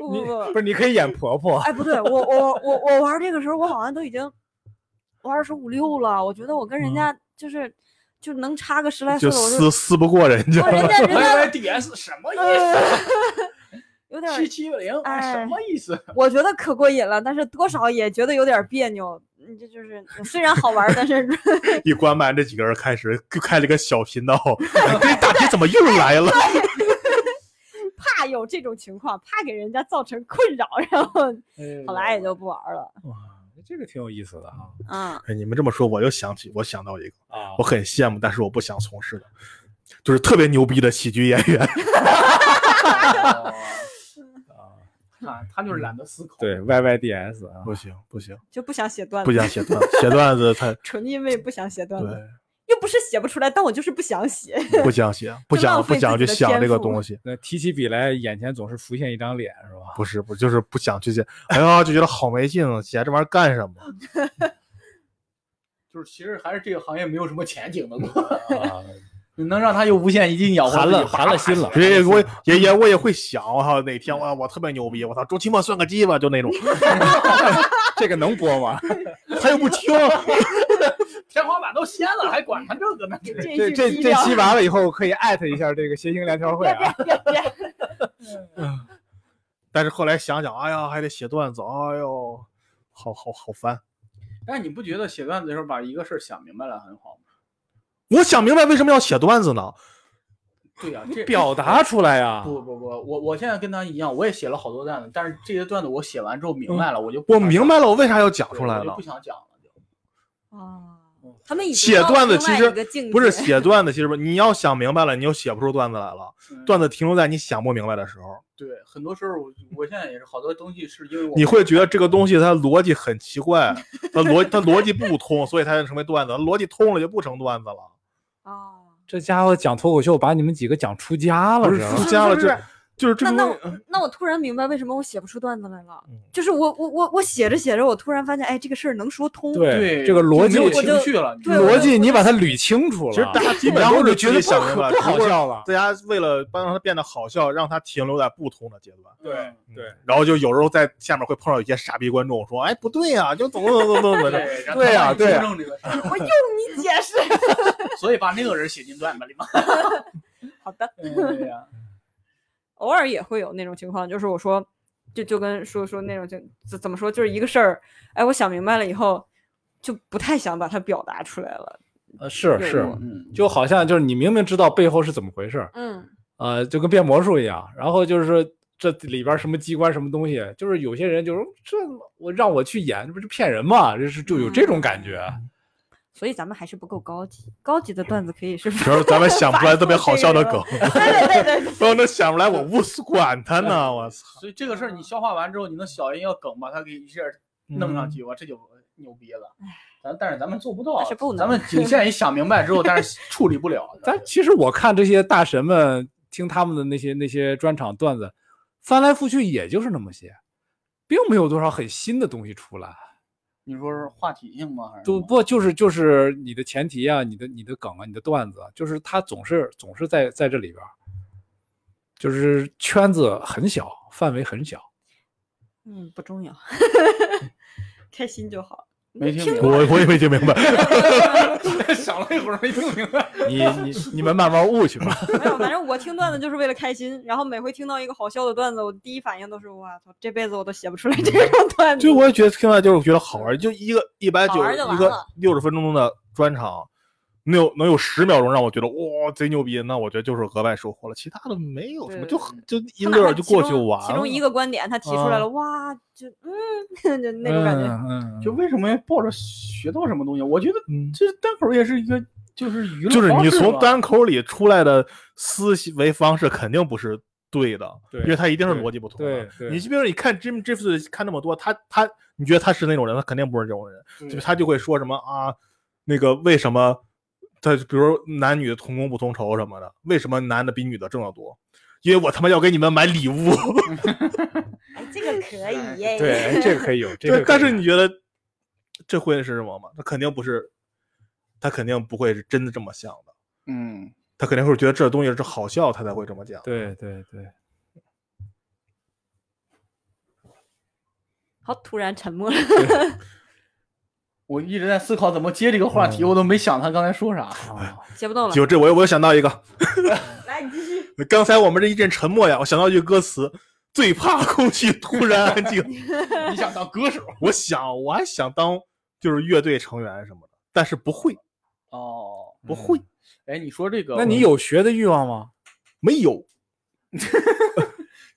S3: 不
S4: 你
S3: 不不
S4: 不是你可以演婆婆，
S3: 哎，不对，我我我我玩这个时候，我好像都已经我二十五六了，我觉得我跟人家就是、就能差个十来岁
S2: 嗯就
S3: 了，我就
S2: 撕撕不过人家
S3: 哦，。人家人
S1: Y
S3: 家
S1: Y
S3: [LAUGHS]
S1: D S 什么意思？
S3: 有点儿
S1: 七，七零啊什
S3: 哎
S1: 么意思？
S3: 我觉得可过瘾了，但是多少也觉得有点别扭。嗯这就是虽然好玩儿，但是
S2: 一关麦，这几个人开始就开了个小频道，哎这大姐怎么又来了？
S3: 怕有这种情况，怕给人家造成困扰， [LAUGHS] 然后
S1: 哎
S3: 后来也就不玩儿了。
S4: 这个挺有意思的啊
S3: 嗯，
S2: [LAUGHS] 哎，你们这么说，我又想起，我想到一个，
S4: 啊
S2: 我很羡慕，但是我不想从事的，就是特别牛逼的喜剧演员。
S1: 哦
S4: 啊，
S1: 看他就是懒得思考。
S4: 对 Y Y D S 啊，
S2: 不行不行，
S3: 就不想写段子，
S2: 不想写段，写段子太
S3: 纯因为不想写 [LAUGHS] 段子，
S2: 对，
S3: 又不是写不出来，但我就是不想写。
S2: 不想写，不
S3: 就
S2: 想
S3: 浪
S2: 不
S3: 费
S2: 想
S3: 自
S2: 去
S3: 己的
S2: 想
S3: 天
S2: 这个
S3: 赋
S2: 东西。
S4: 那提起笔来，眼前总是浮现一张脸，是吧？
S2: 不是不是就是不想去写，哎呀就觉得好没劲，啊写这玩意儿干
S4: [LAUGHS]
S2: 什么？
S1: 就是其实还是这个行业没有什么前景的。
S4: 啊，
S1: [LAUGHS] 你能让他又无限一进咬活
S4: 寒
S1: 自己
S4: 了
S1: 啪
S4: 寒了
S1: 啪
S4: 心了
S1: 啪
S2: 也也我也也我也会想，我操哪天我我特别牛逼，我操周奇墨算个鸡巴就那种， [LAUGHS]
S4: 这个能播吗？ [LAUGHS]
S2: 他又不听，
S1: 天花板都掀了，还管他这个 [LAUGHS] 呢？
S3: 这一
S4: 这
S3: 句
S4: 这
S3: 低
S4: 这
S3: 调
S4: 期完了以后，可以艾特一下这个谐星联调会啊。
S2: [LAUGHS] 但是后来想想，哎呀还得写段子，哎呦，好好好烦。
S1: 但是你不觉得写段子的时候把一个事儿想明白了很好吗？
S2: 我想明白为什么要写段子呢？
S1: 对呀、这
S4: 表达出来啊呀、
S1: 不不不，我我现在跟他一样，我也写了好多段子，但是这些段子我写完之后明白了，我就不
S2: 嗯我
S1: 想
S2: 明白了，我为啥要讲
S1: 讲
S2: 出来
S1: 对我就
S2: 了
S1: 不？想讲了。就
S3: 啊，他们已经
S2: 写
S3: 到
S2: 段子
S3: 另
S2: 其
S3: 外
S2: 实
S3: 一个境
S2: 不是
S3: 界
S2: 写段子，其实吧你要想明白了，你就写不出段子来了。段
S1: 子
S2: 子停留在你想不明白的时候，
S1: 嗯对，很多时候我我现在也是好多东西是因为我
S2: 你会觉得这个东西它逻辑很奇怪，它逻它逻辑不通，所以它就成为段子；逻辑通了就不成段子
S4: [LAUGHS]
S2: 了。
S3: 啊。
S4: 这家伙讲脱口秀，把你们几个讲出家了，
S2: 不是
S4: 吧
S2: 出
S4: [LAUGHS]
S3: 是
S2: 家了，
S3: 不是
S2: 这就是这
S3: 那
S2: 个
S3: 那
S2: 东
S3: 我
S2: 西。
S3: 那我突然明白为什么我写不出段子来了
S2: 嗯，
S3: 就是我我我我写着写着，我突然发现，哎，这个事儿能说通。
S4: 对
S1: 对
S4: 这个逻辑
S1: 没有
S3: 我
S1: 情
S3: 就
S1: 绪了，
S3: 对我
S4: 逻
S3: 就
S4: 辑，
S3: 我
S4: 你
S3: 就
S4: 把它捋清楚了，
S2: 其实大家基本
S4: 然后
S2: 都
S4: 就是觉
S2: 觉
S4: 得
S2: 得
S4: 不可
S2: 明白，
S4: 不好
S2: 只不过
S4: 笑了。
S2: 大家为了帮让它变得好笑，让它停留在不同的阶段。嗯
S1: 对
S4: 对
S2: 然后就有时候在下面会碰到一些傻逼观众说：“哎，不对呀、就怎么怎么怎么怎么着。
S1: 对
S4: 对呀对呀
S1: 正这个事儿
S3: 我用你解释。
S1: 所以把那个人写进段子里嘛。
S3: [LAUGHS]
S1: 嗯
S3: 好
S1: [LAUGHS]
S3: 的，
S1: 对呀，
S3: 偶尔也会有那种情况，就是我说，就就跟说说那种就怎怎么说，就是一个事儿，哎，我想明白了以后，就不太想把它表达出来了。
S4: 呃，是
S3: 对
S4: 是
S3: 我，
S1: 嗯，
S4: 就好像就是你明明知道背后是怎么回事儿，
S3: 嗯
S4: 呃，就跟变魔术一样，然后就是这里边什么机关什么东西，就是有些人就是这我让我去演，这不是骗人吗？这是就有这种感觉。
S2: 嗯
S3: 所以咱们还是不够高级，高级的段子可以 [LAUGHS] 是
S2: 主要是咱们想不出来特别好笑的梗，
S3: [LAUGHS] 对对对对，
S2: 不然能想不来，我无所管他呢，我操！
S1: 所以这个事儿你消化完之后，你能小人一个梗把它给一下弄上去，我这就牛逼了。咱但是咱们做不到
S3: 但是不，
S1: 咱们仅限于想明白之后，但
S3: [LAUGHS]
S1: 是处理不了。
S4: [LAUGHS] 但其实我看这些大神们听他们的那些那些专场段子，翻来覆去也就是那么些，并没有多少很新的东西出来。
S1: 你说是话题性吗？还是
S4: 都
S1: 什么
S4: 不就是就是你的前提啊，你的你的梗啊，你的段子啊，就是它总是总是在在这里边儿，就是圈子很小，范围
S1: [LAUGHS]
S4: 很小。
S3: 嗯，不重要， [LAUGHS] 开心就好。
S1: 没听明
S2: 我我也没听明白，
S1: 白， [LAUGHS] 想了一会儿没听明白。
S4: 你
S1: [LAUGHS]
S4: 你你们慢慢悟去吧。
S3: [LAUGHS] 没有，反正我听段子就是为了开心，然后每回听到一个好笑的段子，我第一反应都是哇操，这辈子我都写不出来这种段
S2: [LAUGHS] 嗯
S3: 子。
S2: 就我也觉得听完就是觉得好玩，就一个一百
S3: 好
S2: 九
S3: 玩就
S2: 一
S3: 完
S2: 个
S3: 了
S2: 六十分钟的专场，能有能有十秒钟让我觉得哇贼牛逼，那我觉得就是额外收获了，其他的没有什么，
S3: 对
S2: 就
S3: 对
S2: 很就一
S3: 他哪
S2: 乐
S3: 怕
S2: 就
S3: 其
S2: 过
S3: 中
S2: 去完了。
S3: 其中一个观点他提出来了，哇，就嗯， [LAUGHS] 就那种感觉。
S4: 嗯，嗯
S1: 就为什么要抱着学到什么东西？我觉得
S2: 嗯
S1: 这单口也是一个，就是娱乐
S2: 就是
S1: 方
S2: 你
S1: 式
S2: 从
S1: 吧
S2: 单口里出来的思维方式肯定不是对的，
S4: 对
S2: 因为它一定是
S4: 对
S2: 逻辑不通的。
S4: 对对
S2: 你就比如你看 Jim Jeffs 看那么多，他他你觉得他是那种人，他肯定不是这种人，就他就会说什么啊，那个为什么他比如男女同工不同酬什么的，为什么男的比女的挣得多？因为我他妈要给你们买礼物，
S3: 哎，这个可以耶。
S4: 对，哎这个可
S1: [LAUGHS]
S4: 以有，这
S2: 对
S4: 个，
S2: [LAUGHS] 但是
S4: 你。
S2: 你觉得这会是什么吗？他肯定不是，他肯定不会是真的这么想的，
S1: 嗯，
S2: 他肯定会觉得这东西是好笑，他才会这么讲。
S4: 对对对，
S3: [LAUGHS] 好，突然沉默了。
S1: 我一直在思考怎么接这个话题，我都没想他刚才说啥。 [LAUGHS]
S4: 啊，
S3: 接不动了，
S2: 就这我又我又想到一个，
S3: 来你继续。
S2: 刚才我们这一阵沉默呀，我想到一句歌词：“最怕空气突然安静。 [LAUGHS]
S1: 你想当歌 [LAUGHS] 手”
S2: 我想我还想当就是乐队成员什么的，但是不会
S1: 哦？
S2: 不会、
S1: 哎，你说这个，
S4: 那你有学的欲望吗？
S2: 没有。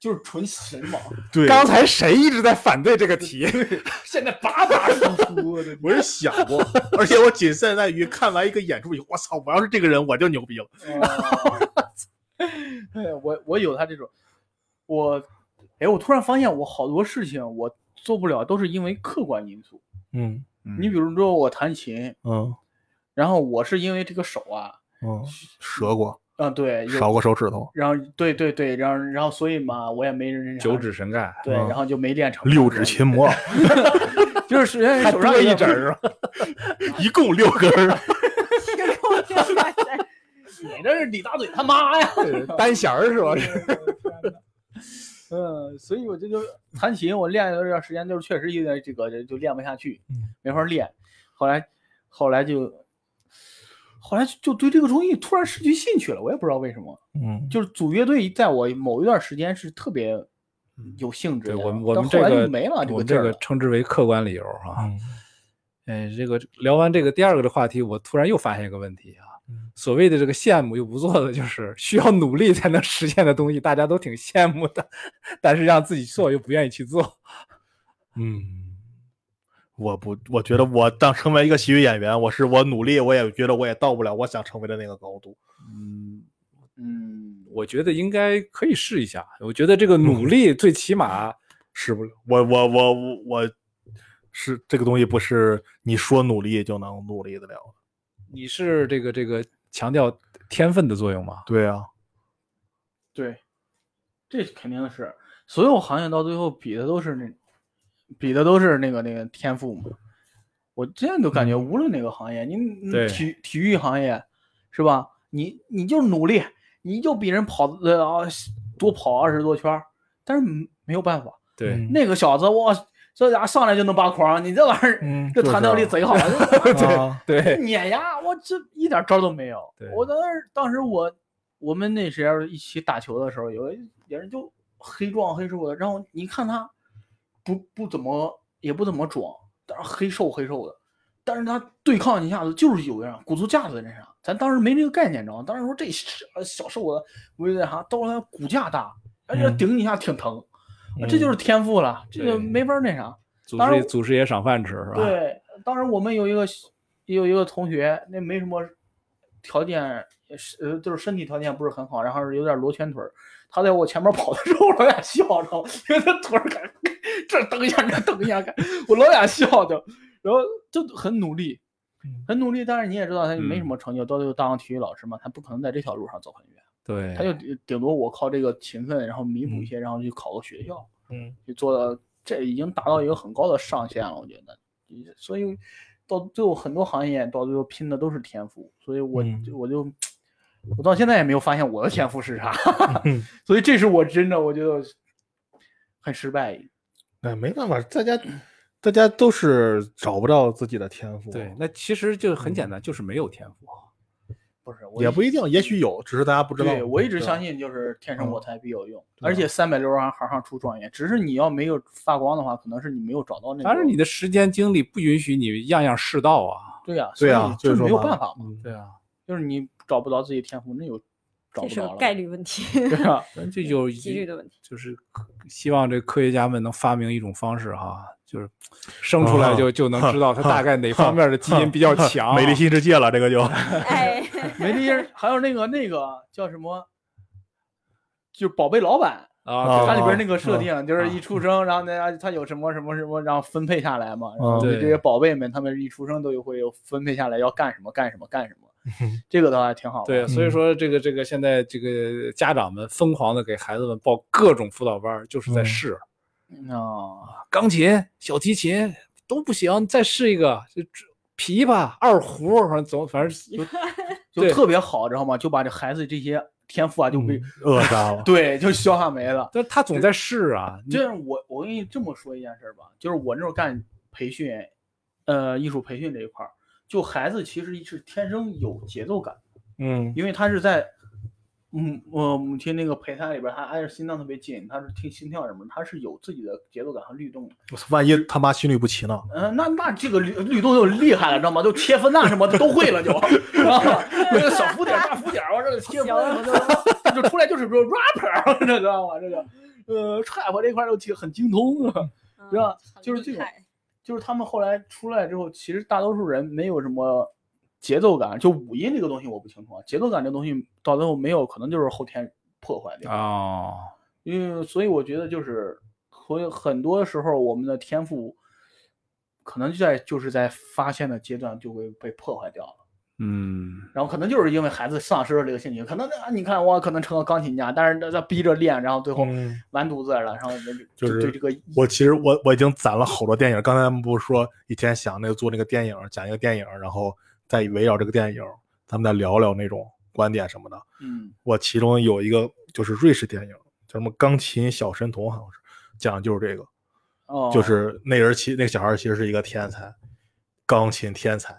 S1: 就是纯神网，
S2: 对，
S4: 刚才谁一直在反对这个题？
S1: [LAUGHS] 现在叭叭输出，我的
S2: 我是想过， [LAUGHS] 而且我仅限在于看完一个演出以后，我操，我要是这个人我就牛逼了。
S1: [LAUGHS] 啊哎，我我有他这种，我，哎，我突然发现我好多事情我做不了，都是因为客观因素。
S2: 嗯
S1: 你比如说我弹琴，
S2: 嗯
S1: 然后我是因为这个手啊，
S2: 嗯，折过，
S1: 嗯，对，有
S2: 少过手指头，
S1: 然后对对对，然后然后所以嘛，我也没认真啥
S4: 九指神丐，
S1: 对，
S2: 嗯
S1: 然后就没练成
S2: 六指琴， [LAUGHS] 魔，
S1: 就是人家
S2: 还
S1: 手
S2: 多
S1: 上
S2: 一指儿， [LAUGHS] 一共六根儿。
S1: [LAUGHS] 你这是李大嘴他妈
S4: [LAUGHS]
S1: 呀！
S4: 单弦儿是吧？
S1: 嗯，所以我这就弹琴，我练了一段时间，就是确实有点这个就练不下去
S2: 嗯，
S1: 没法练。后来，后来就，后来就对这个东西突然失去兴趣了，我也不知道为什么。
S2: 嗯，
S1: 就是组乐队，在我某一段时间是特别有兴致
S4: 嗯对
S1: 的，
S4: 我们我
S1: 但后
S4: 们这
S1: 来
S4: 个
S1: 就没了这个
S4: 我们
S1: 劲
S4: 这
S1: 儿
S4: 个
S1: 了。
S4: 称之为客观理由啊。
S2: 嗯
S4: 哎，这个聊完这个第二个的话题，我突然又发现一个问题啊
S2: 嗯，
S4: 所谓的这个羡慕又不做的，就是需要努力才能实现的东西，大家都挺羡慕的，但是让自己做又不愿意去做。
S2: 嗯，我不，我觉得我当成为一个喜剧演员，我是我努力，我也觉得我也到不了我想成为的那个高度。
S4: 嗯，
S1: 嗯，
S4: 我觉得应该可以试一下。我觉得这个努力最起码
S2: 是不了，我我我我我是这个东西不是你说努力就能努力得了的。
S4: 你是这个这个强调天分的作用嘛？
S2: 对啊，
S1: 对，这肯定是所有行业到最后比的都是那，比的都是那个那个天赋嘛。我现在都感觉，
S2: 嗯
S1: 无论哪个行业，你你
S4: 对
S1: 体体育行业是吧？你你就努力，你就比人跑的啊多跑二十多圈儿，但是没没有办法，
S4: 对，
S2: 嗯
S1: 那个小子哇，这家伙上来就能扒筐，你这玩意儿、
S2: 嗯
S1: 这
S2: 就是
S1: 弹跳力
S2: 啊
S1: 贼好，这
S2: 啊
S1: [LAUGHS]
S4: 对，
S1: 碾压，我这一点招都没有
S4: 对。
S1: 我当时当时我我们那谁要是一起打球的时候，有一有人就黑壮黑瘦的，然后你看他不不怎么也不怎么壮，但是黑瘦黑瘦的，但是他对抗一下子就是有样鼓足架子那啥，咱当时没这个概念，你知道吗？当时说这小小瘦子为那啥，到后来骨架大，而且
S2: 嗯
S1: 顶你一下挺疼，啊这就是天赋了，这
S4: 嗯对
S1: 个没法儿那啥。
S4: 祖
S1: 当
S4: 师爷
S1: 然
S4: 祖师爷赏饭吃是吧？，
S1: 对，当时我们有一个有一个同学，那没什么条件，也是呃，就是身体条件不是很好，然后是有点罗圈腿儿。他在我前面跑的时候，我老想笑着，因为他腿儿感觉这蹬一下，那蹬一下，感我老想笑的，然后就很努力，很努力，但是你也知道他没什么成就，到最后当上体育老师嘛，他不可能在这条路上走很远，
S4: 对，
S1: 他就顶顶多我靠这个勤奋，然后弥补一些，然后去考个学校。
S2: 嗯
S1: 就做到这已经达到一个很高的上限了，我觉得。所以到最后很多行业到最后拼的都是天赋，所以我、
S2: 嗯
S1: 我就我到现在也没有发现我的天赋是
S2: [LAUGHS]
S1: 啥，
S2: 嗯
S1: 所以这是我真的我觉得很失败。
S2: 哎，没办法，大家大家都是找不到自己的天赋，啊
S4: 对，那其实就很简单，就是没有天赋。
S1: 不是，我
S2: 也
S1: 一
S2: 不一定，也许有，只是大家不知道。
S1: 对我一直相
S2: 信，
S1: 信就是天生我材必有用，
S2: 对
S1: 而
S2: 啊
S1: 且三百六十行行行出状元，只是你要没有发光的话，可能是你没有找到那个。
S4: 但是你的时间精力不允许你样样试到啊。
S1: 对呀、所
S2: 对
S1: 以
S2: 啊，
S1: 就
S2: 所以
S1: 是
S2: 说
S1: 没有
S2: 嘛
S1: 办法嘛，
S2: 嗯
S4: 对啊，
S1: 就是你找不到自己天赋，那有找
S3: 这
S1: 不
S3: 是
S1: 着
S3: 个
S1: 了，
S3: 概率
S1: [LAUGHS]
S3: 问题，
S1: 对
S3: [LAUGHS]
S1: 啊，
S4: 咱这就
S3: 几率的
S1: [LAUGHS]
S3: 问题。
S4: 就是科希望这科学家们能发明一种方式哈，就是生出来就
S2: 啊
S4: 就能知道他大概哪方面的基
S2: [LAUGHS]
S4: 因比较强。啊
S2: 美丽新世界了，这个就 [LAUGHS]
S3: 哎，
S1: [LAUGHS] 没这些人，还有那个那个叫什么，就是宝贝老板，
S4: 啊，
S2: 啊
S1: 它
S4: 对
S1: 里边那
S2: 哦
S1: 个设定就是一
S4: 啊
S1: 出生，然后大家他有什么什么什么，然后分配下来嘛，然后
S2: 嗯
S1: 就这
S4: 对
S1: 些宝贝们，他们一出生都有会有分配下来要干什么干什么干什么，
S2: [LAUGHS]
S1: 这个倒还挺好玩。
S2: 啊
S4: 对，所
S2: 嗯
S4: 以说这个这个现在这个家长们疯狂的给孩子们报各种辅导班儿，就是在
S2: 嗯
S4: 试。
S1: 啊，
S4: 钢琴、小提琴都不行，再试一个，就这琵琶、二胡，反正总反正就
S1: 就
S4: 对
S1: 特别好，知道吗？就把这孩子这些天赋
S2: 嗯
S1: 啊就被
S2: 扼杀
S4: [LAUGHS]
S2: 了。
S1: 对就消化没了。
S4: 但是他总在试啊。
S1: 这样我我跟你这么说一件事儿吧，就是我那时候干培训，呃，艺术培训这一块儿，就孩子其实是天生有节奏感。
S2: 嗯
S1: 因为他是在母我母亲那个胚胎里边，他挨着心脏特别近，他是听心跳什么，他是有自己的节奏感和律动的。
S2: 我操万一他妈心律不齐呢？
S1: 嗯、那那这个律律动就厉害了，知道吗？就切分呐什么的都会了就，知道吗？那个小鼓点儿
S3: [LAUGHS]
S1: 大鼓点儿，完这个 [LAUGHS] 切分什么的，他就出来就是说 rapper，这知 [LAUGHS] 道吗？这个呃 trap 这块儿就很精通啊。
S3: 嗯
S1: 是吧
S3: 很
S1: 就是
S3: 厉
S1: 这种
S3: 害
S1: 就是他们后来出来之后，其实大多数人没有什么节奏感，就五音这个东西我不清楚啊，节奏感这东西到最后没有，可能就是后天破坏
S2: 啊
S1: 掉。
S4: 哦，
S1: 因为所以我觉得就是，所以很多时候我们的天赋，可能就在就是在发现的阶段就会被破坏掉了。
S4: 嗯，
S1: 然后可能就是因为孩子丧失了这个兴趣，可能啊，你看我可能成了钢琴家，但是他他逼着练，然后最后
S2: 嗯
S1: 完犊子了，然后
S2: 就
S1: 对
S2: 是
S1: 这个意
S2: 我其实我我已经攒了好多电影，刚才他们不是说以前想那个做那个电影，讲一个电影，然后再围绕这个电影，咱们再聊聊那种观点什么的。
S1: 嗯
S2: 我其中有一个就是瑞士电影，叫什么《钢琴小神童》，好像是讲的就是这个，
S1: 哦，
S2: 就是那人其那个小孩其实是一个天才，钢琴天才，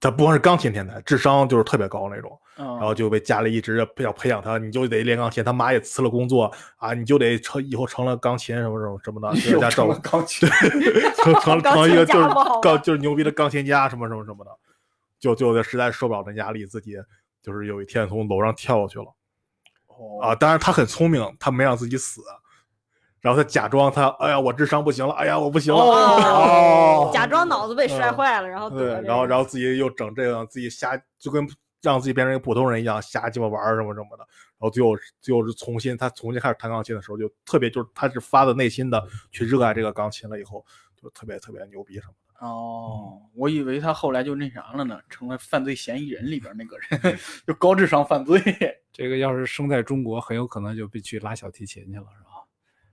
S2: 他不光是钢琴天才，智商就是特别高那种。
S1: 嗯，
S2: 然后就被家里一直要培养培养他，你就得练钢琴，他妈也辞了工作啊，你就得成以后成了钢琴什么什么什么的，
S1: [LAUGHS]
S2: 就是
S1: [LAUGHS] 又
S2: 家
S1: 成
S2: 照
S1: 了
S2: 顾
S1: 钢琴，
S2: [LAUGHS] 成成
S3: 钢
S2: 成一
S3: 琴
S2: 个
S3: 家
S2: 就是
S3: 不好吗
S2: 钢就是牛逼的钢琴家什么什么什么的，就就实在受不了那压力，自己就是有一天从楼上跳下去了啊！
S1: 哦，
S2: 当然他很聪明，他没让自己死，然后他假装他哎呀我智商不行了，哎呀我不行了，
S1: 哦
S2: 哦，
S3: 假装脑子被摔
S2: 嗯
S3: 坏了，然后
S2: 对
S3: 得，
S2: 然后
S3: 这
S2: 然后自己又整这个，自己瞎就跟让自己变成一个普通人一样，瞎鸡巴玩儿什么什么的。然后最后最后是重新他重新开始弹钢琴的时候，就特别就是他是发自内心的去热爱这个钢琴了，以后就特别特别牛逼什么的。
S1: 哦，
S2: 嗯
S1: 我以为他后来就那啥了呢，成了犯罪嫌疑人里边那个
S2: 嗯
S1: 人， [LAUGHS] 就高智商犯罪。
S4: 这个要是生在中国，很有可能就被去拉小提琴去了，是吧？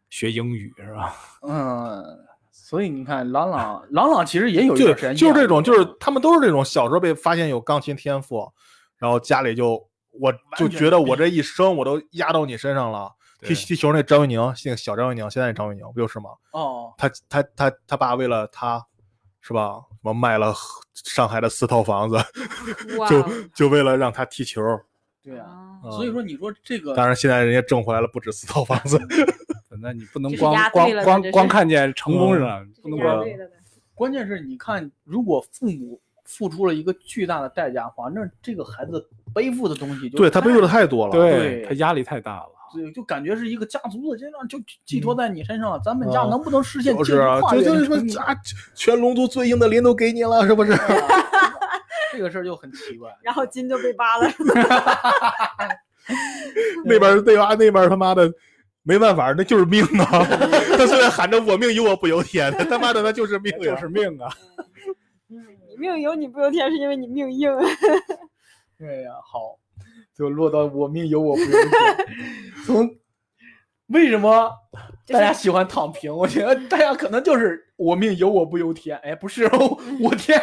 S4: 学英语是吧？
S1: 嗯，所以你看，朗朗，朗朗其实也有一
S2: 就
S1: 段时间
S2: 是就是
S1: 厌
S2: 这
S1: 恶
S2: 种，就是他们都是这种小时候被发现有钢琴天赋，然后家里就我就
S1: 全
S2: 觉得
S1: 闭
S2: 我这一生我都压到你身上了。踢
S4: 对
S2: 踢球那张玉宁，那个小张玉宁，现在那张玉宁不就是吗？
S1: 哦，
S2: 他他他他爸为了他，是吧？什么卖了上海的四套房子， [LAUGHS]
S1: [LAUGHS]
S3: 哇
S2: 就就为了让他踢球。
S1: 对啊。
S3: 哦
S1: 所以说，你说这个
S2: 嗯当然，现在人家挣回来了不止四套房
S1: [LAUGHS]
S2: 子。
S4: 那你不能
S3: 这是
S4: 光
S3: 压
S4: 光
S3: 对了
S4: 光
S3: 这是
S4: 光看见成功
S2: 嗯
S4: 人了，不
S3: 这
S4: 能
S3: 是压
S4: 光
S3: 力的呗
S1: 关键是，你看，如果父母付出了一个巨大的代价的话，那这个孩子背负的东西就
S2: 对他背负的太多了。
S4: 对
S1: 对
S4: 他压力太大了。
S1: 对，就感觉是一个家族的阶段，就就寄托在你身上了。咱们家
S2: 啊
S1: 能不能实现
S2: 嗯就
S1: 进
S2: 是啊
S1: 化
S2: 就
S1: 这
S2: 就是
S1: 个
S2: 说
S1: 成就
S2: 啊，全龙族最硬的鳞都给你了，是不是？
S1: 这个事儿就很奇怪。
S3: 然后筋就被扒了， [LAUGHS]
S2: [LAUGHS] 那边儿对吧？那边儿他妈的没办法，那就是命 [LAUGHS] 啊！他虽然喊着“我命由我不由天”，他妈的那就是命呀，
S4: 就是命啊！
S3: 你命由你不由天，是因为你
S1: [LAUGHS]
S3: 命硬。
S1: 对呀、好，就落到我命由我不由天。 [LAUGHS] 从为什么
S3: 就
S1: 大家
S3: 是
S1: 喜欢躺平？ [LAUGHS] 我觉得大家可能就是我命由我不由天。哎，不是， [LAUGHS] 我我天，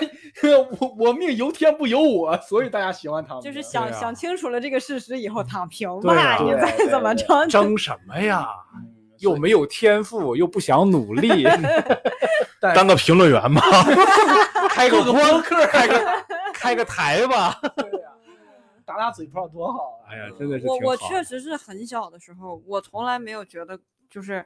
S1: 我我命由天不由我，所以大家喜欢躺平。
S3: 就是
S1: [LAUGHS]
S3: 想、
S4: 啊
S3: 想清楚了这个事实以后躺平吧，
S4: 对啊
S3: 你
S1: 对
S3: 再
S1: 对
S3: 怎么
S1: 对
S3: 着，
S4: 争什么呀？
S1: 嗯
S4: 又没有天赋，又不想努力， [LAUGHS]
S2: 当个评论员嘛，
S4: 开
S1: 做个播客，
S4: 开个台吧。
S1: 打打嘴炮多好啊！
S4: 哎呀，真的是
S3: 我
S4: 挺
S3: 我
S4: 好
S3: 确实是很小的时候，我从来没有觉得，就是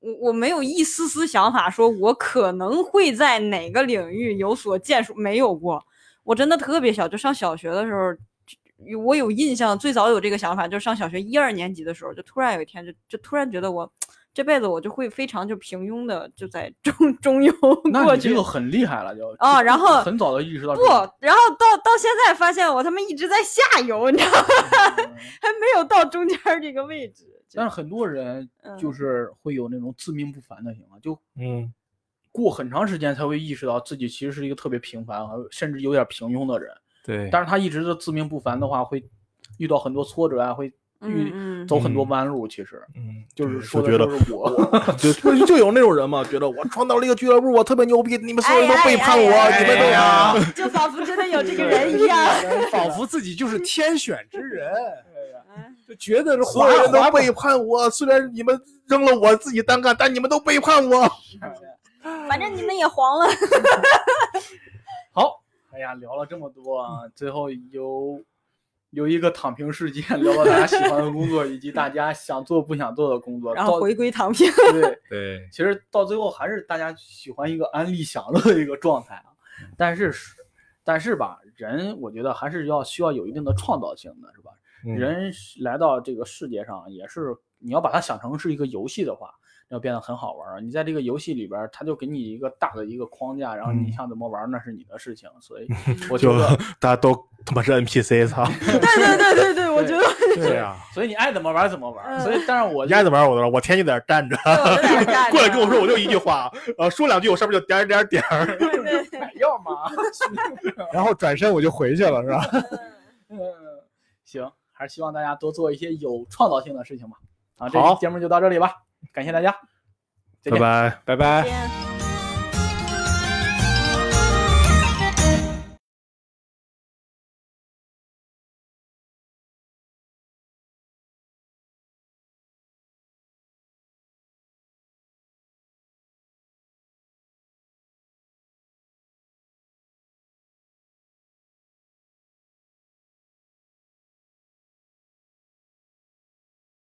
S3: 我我没有一丝丝想法，说我可能会在哪个领域有所建树，没有过。我真的特别小，就上小学的时候，就我有印象，最早有这个想法，就是上小学一二年级的时候，就突然有一天就，就突然觉得我这辈子我就会非常就平庸的就在中 [LAUGHS] 中游
S1: 那
S3: 过
S1: 你
S3: 去
S1: 这个。很厉害了，就
S3: 啊
S1: 就
S3: 然后
S1: 很早就意识到
S3: 不，然后到到现在发现我他妈一直在下游，你知道吗，
S1: 不，
S3: [LAUGHS] 还没有到中间儿这个位置。就
S1: 但是很多人就
S3: 嗯
S1: 是会有那种自命不凡的情况，就
S2: 嗯，
S1: 过很长时间才会意识到自己其实是一个特别平凡，而甚至有点平庸的人。
S4: 对，
S1: 但是他一直的自命不凡的话，会遇到很多挫折啊，会遇、
S3: 嗯嗯
S1: 走很多弯路。其实
S2: 嗯，
S1: 就是
S2: 对
S1: 说
S2: 就
S1: 的
S2: 觉得
S1: 就是
S2: [LAUGHS]
S1: 我，
S2: 就就就有那种人嘛，觉得我创造了一个俱乐部，我特别牛逼，你们所有人都背叛我，
S3: 哎
S2: 你们都、
S4: 哎呀
S3: 就仿佛真的有这个人一样。
S4: [LAUGHS] 仿佛自己就是天选之人，
S3: 嗯
S4: 就觉得是
S2: [LAUGHS] 所
S4: 华
S2: 有人
S4: 华
S2: 都背叛我。虽然你们扔了我自己单干，但你们都背叛我。
S3: 反正你们也黄了。
S1: [LAUGHS] 好，哎呀，聊了这么多啊，
S2: 嗯
S1: 最后有有一个躺平事件，聊到大家喜欢的工作，以及大家想做不想做的工作。
S3: [LAUGHS] 然后
S1: 到
S3: 回归躺平。
S1: 对，
S4: 对，
S1: 其实到最后还是大家喜欢一个安利享乐的一个状态啊。
S2: 嗯
S1: 但是是，但是吧，人我觉得还是要需要有一定的创造性的，是吧？
S2: 嗯
S1: 人是来到这个世界上也是，你要把它想成是一个游戏的话，要变得很好玩儿。你在这个游戏里边儿，它就给你一个大的一个框架，然后你
S2: 嗯
S1: 想怎么玩儿那是你的事情。所
S2: [LAUGHS]
S1: 以我觉
S2: 就
S1: 得，
S2: 大家都他妈是 NPC，操！ [LAUGHS]
S3: [LAUGHS] 对对对对对，我觉得
S4: 对呀，
S2: 啊
S1: 所以你爱怎么玩儿怎么玩儿。所以，但是我
S2: [LAUGHS] 我爱怎么玩我都知道，我天天在这儿站着。
S3: 我有点干。
S2: 过来跟我说，我就一句话，呃，说两句，我上面就点儿点儿点儿。
S3: 对对
S1: 买药嘛。 [LAUGHS]
S4: 然后转身我就回去了，是吧？
S1: 嗯，行，还是希望大家多做一些有创造性的事情吧。啊，这
S4: 好
S1: 期节目就到这里吧，感谢大家，再见。
S2: 拜。
S4: 拜
S3: [LAUGHS]
S4: 拜。
S3: 对。 [LAUGHS]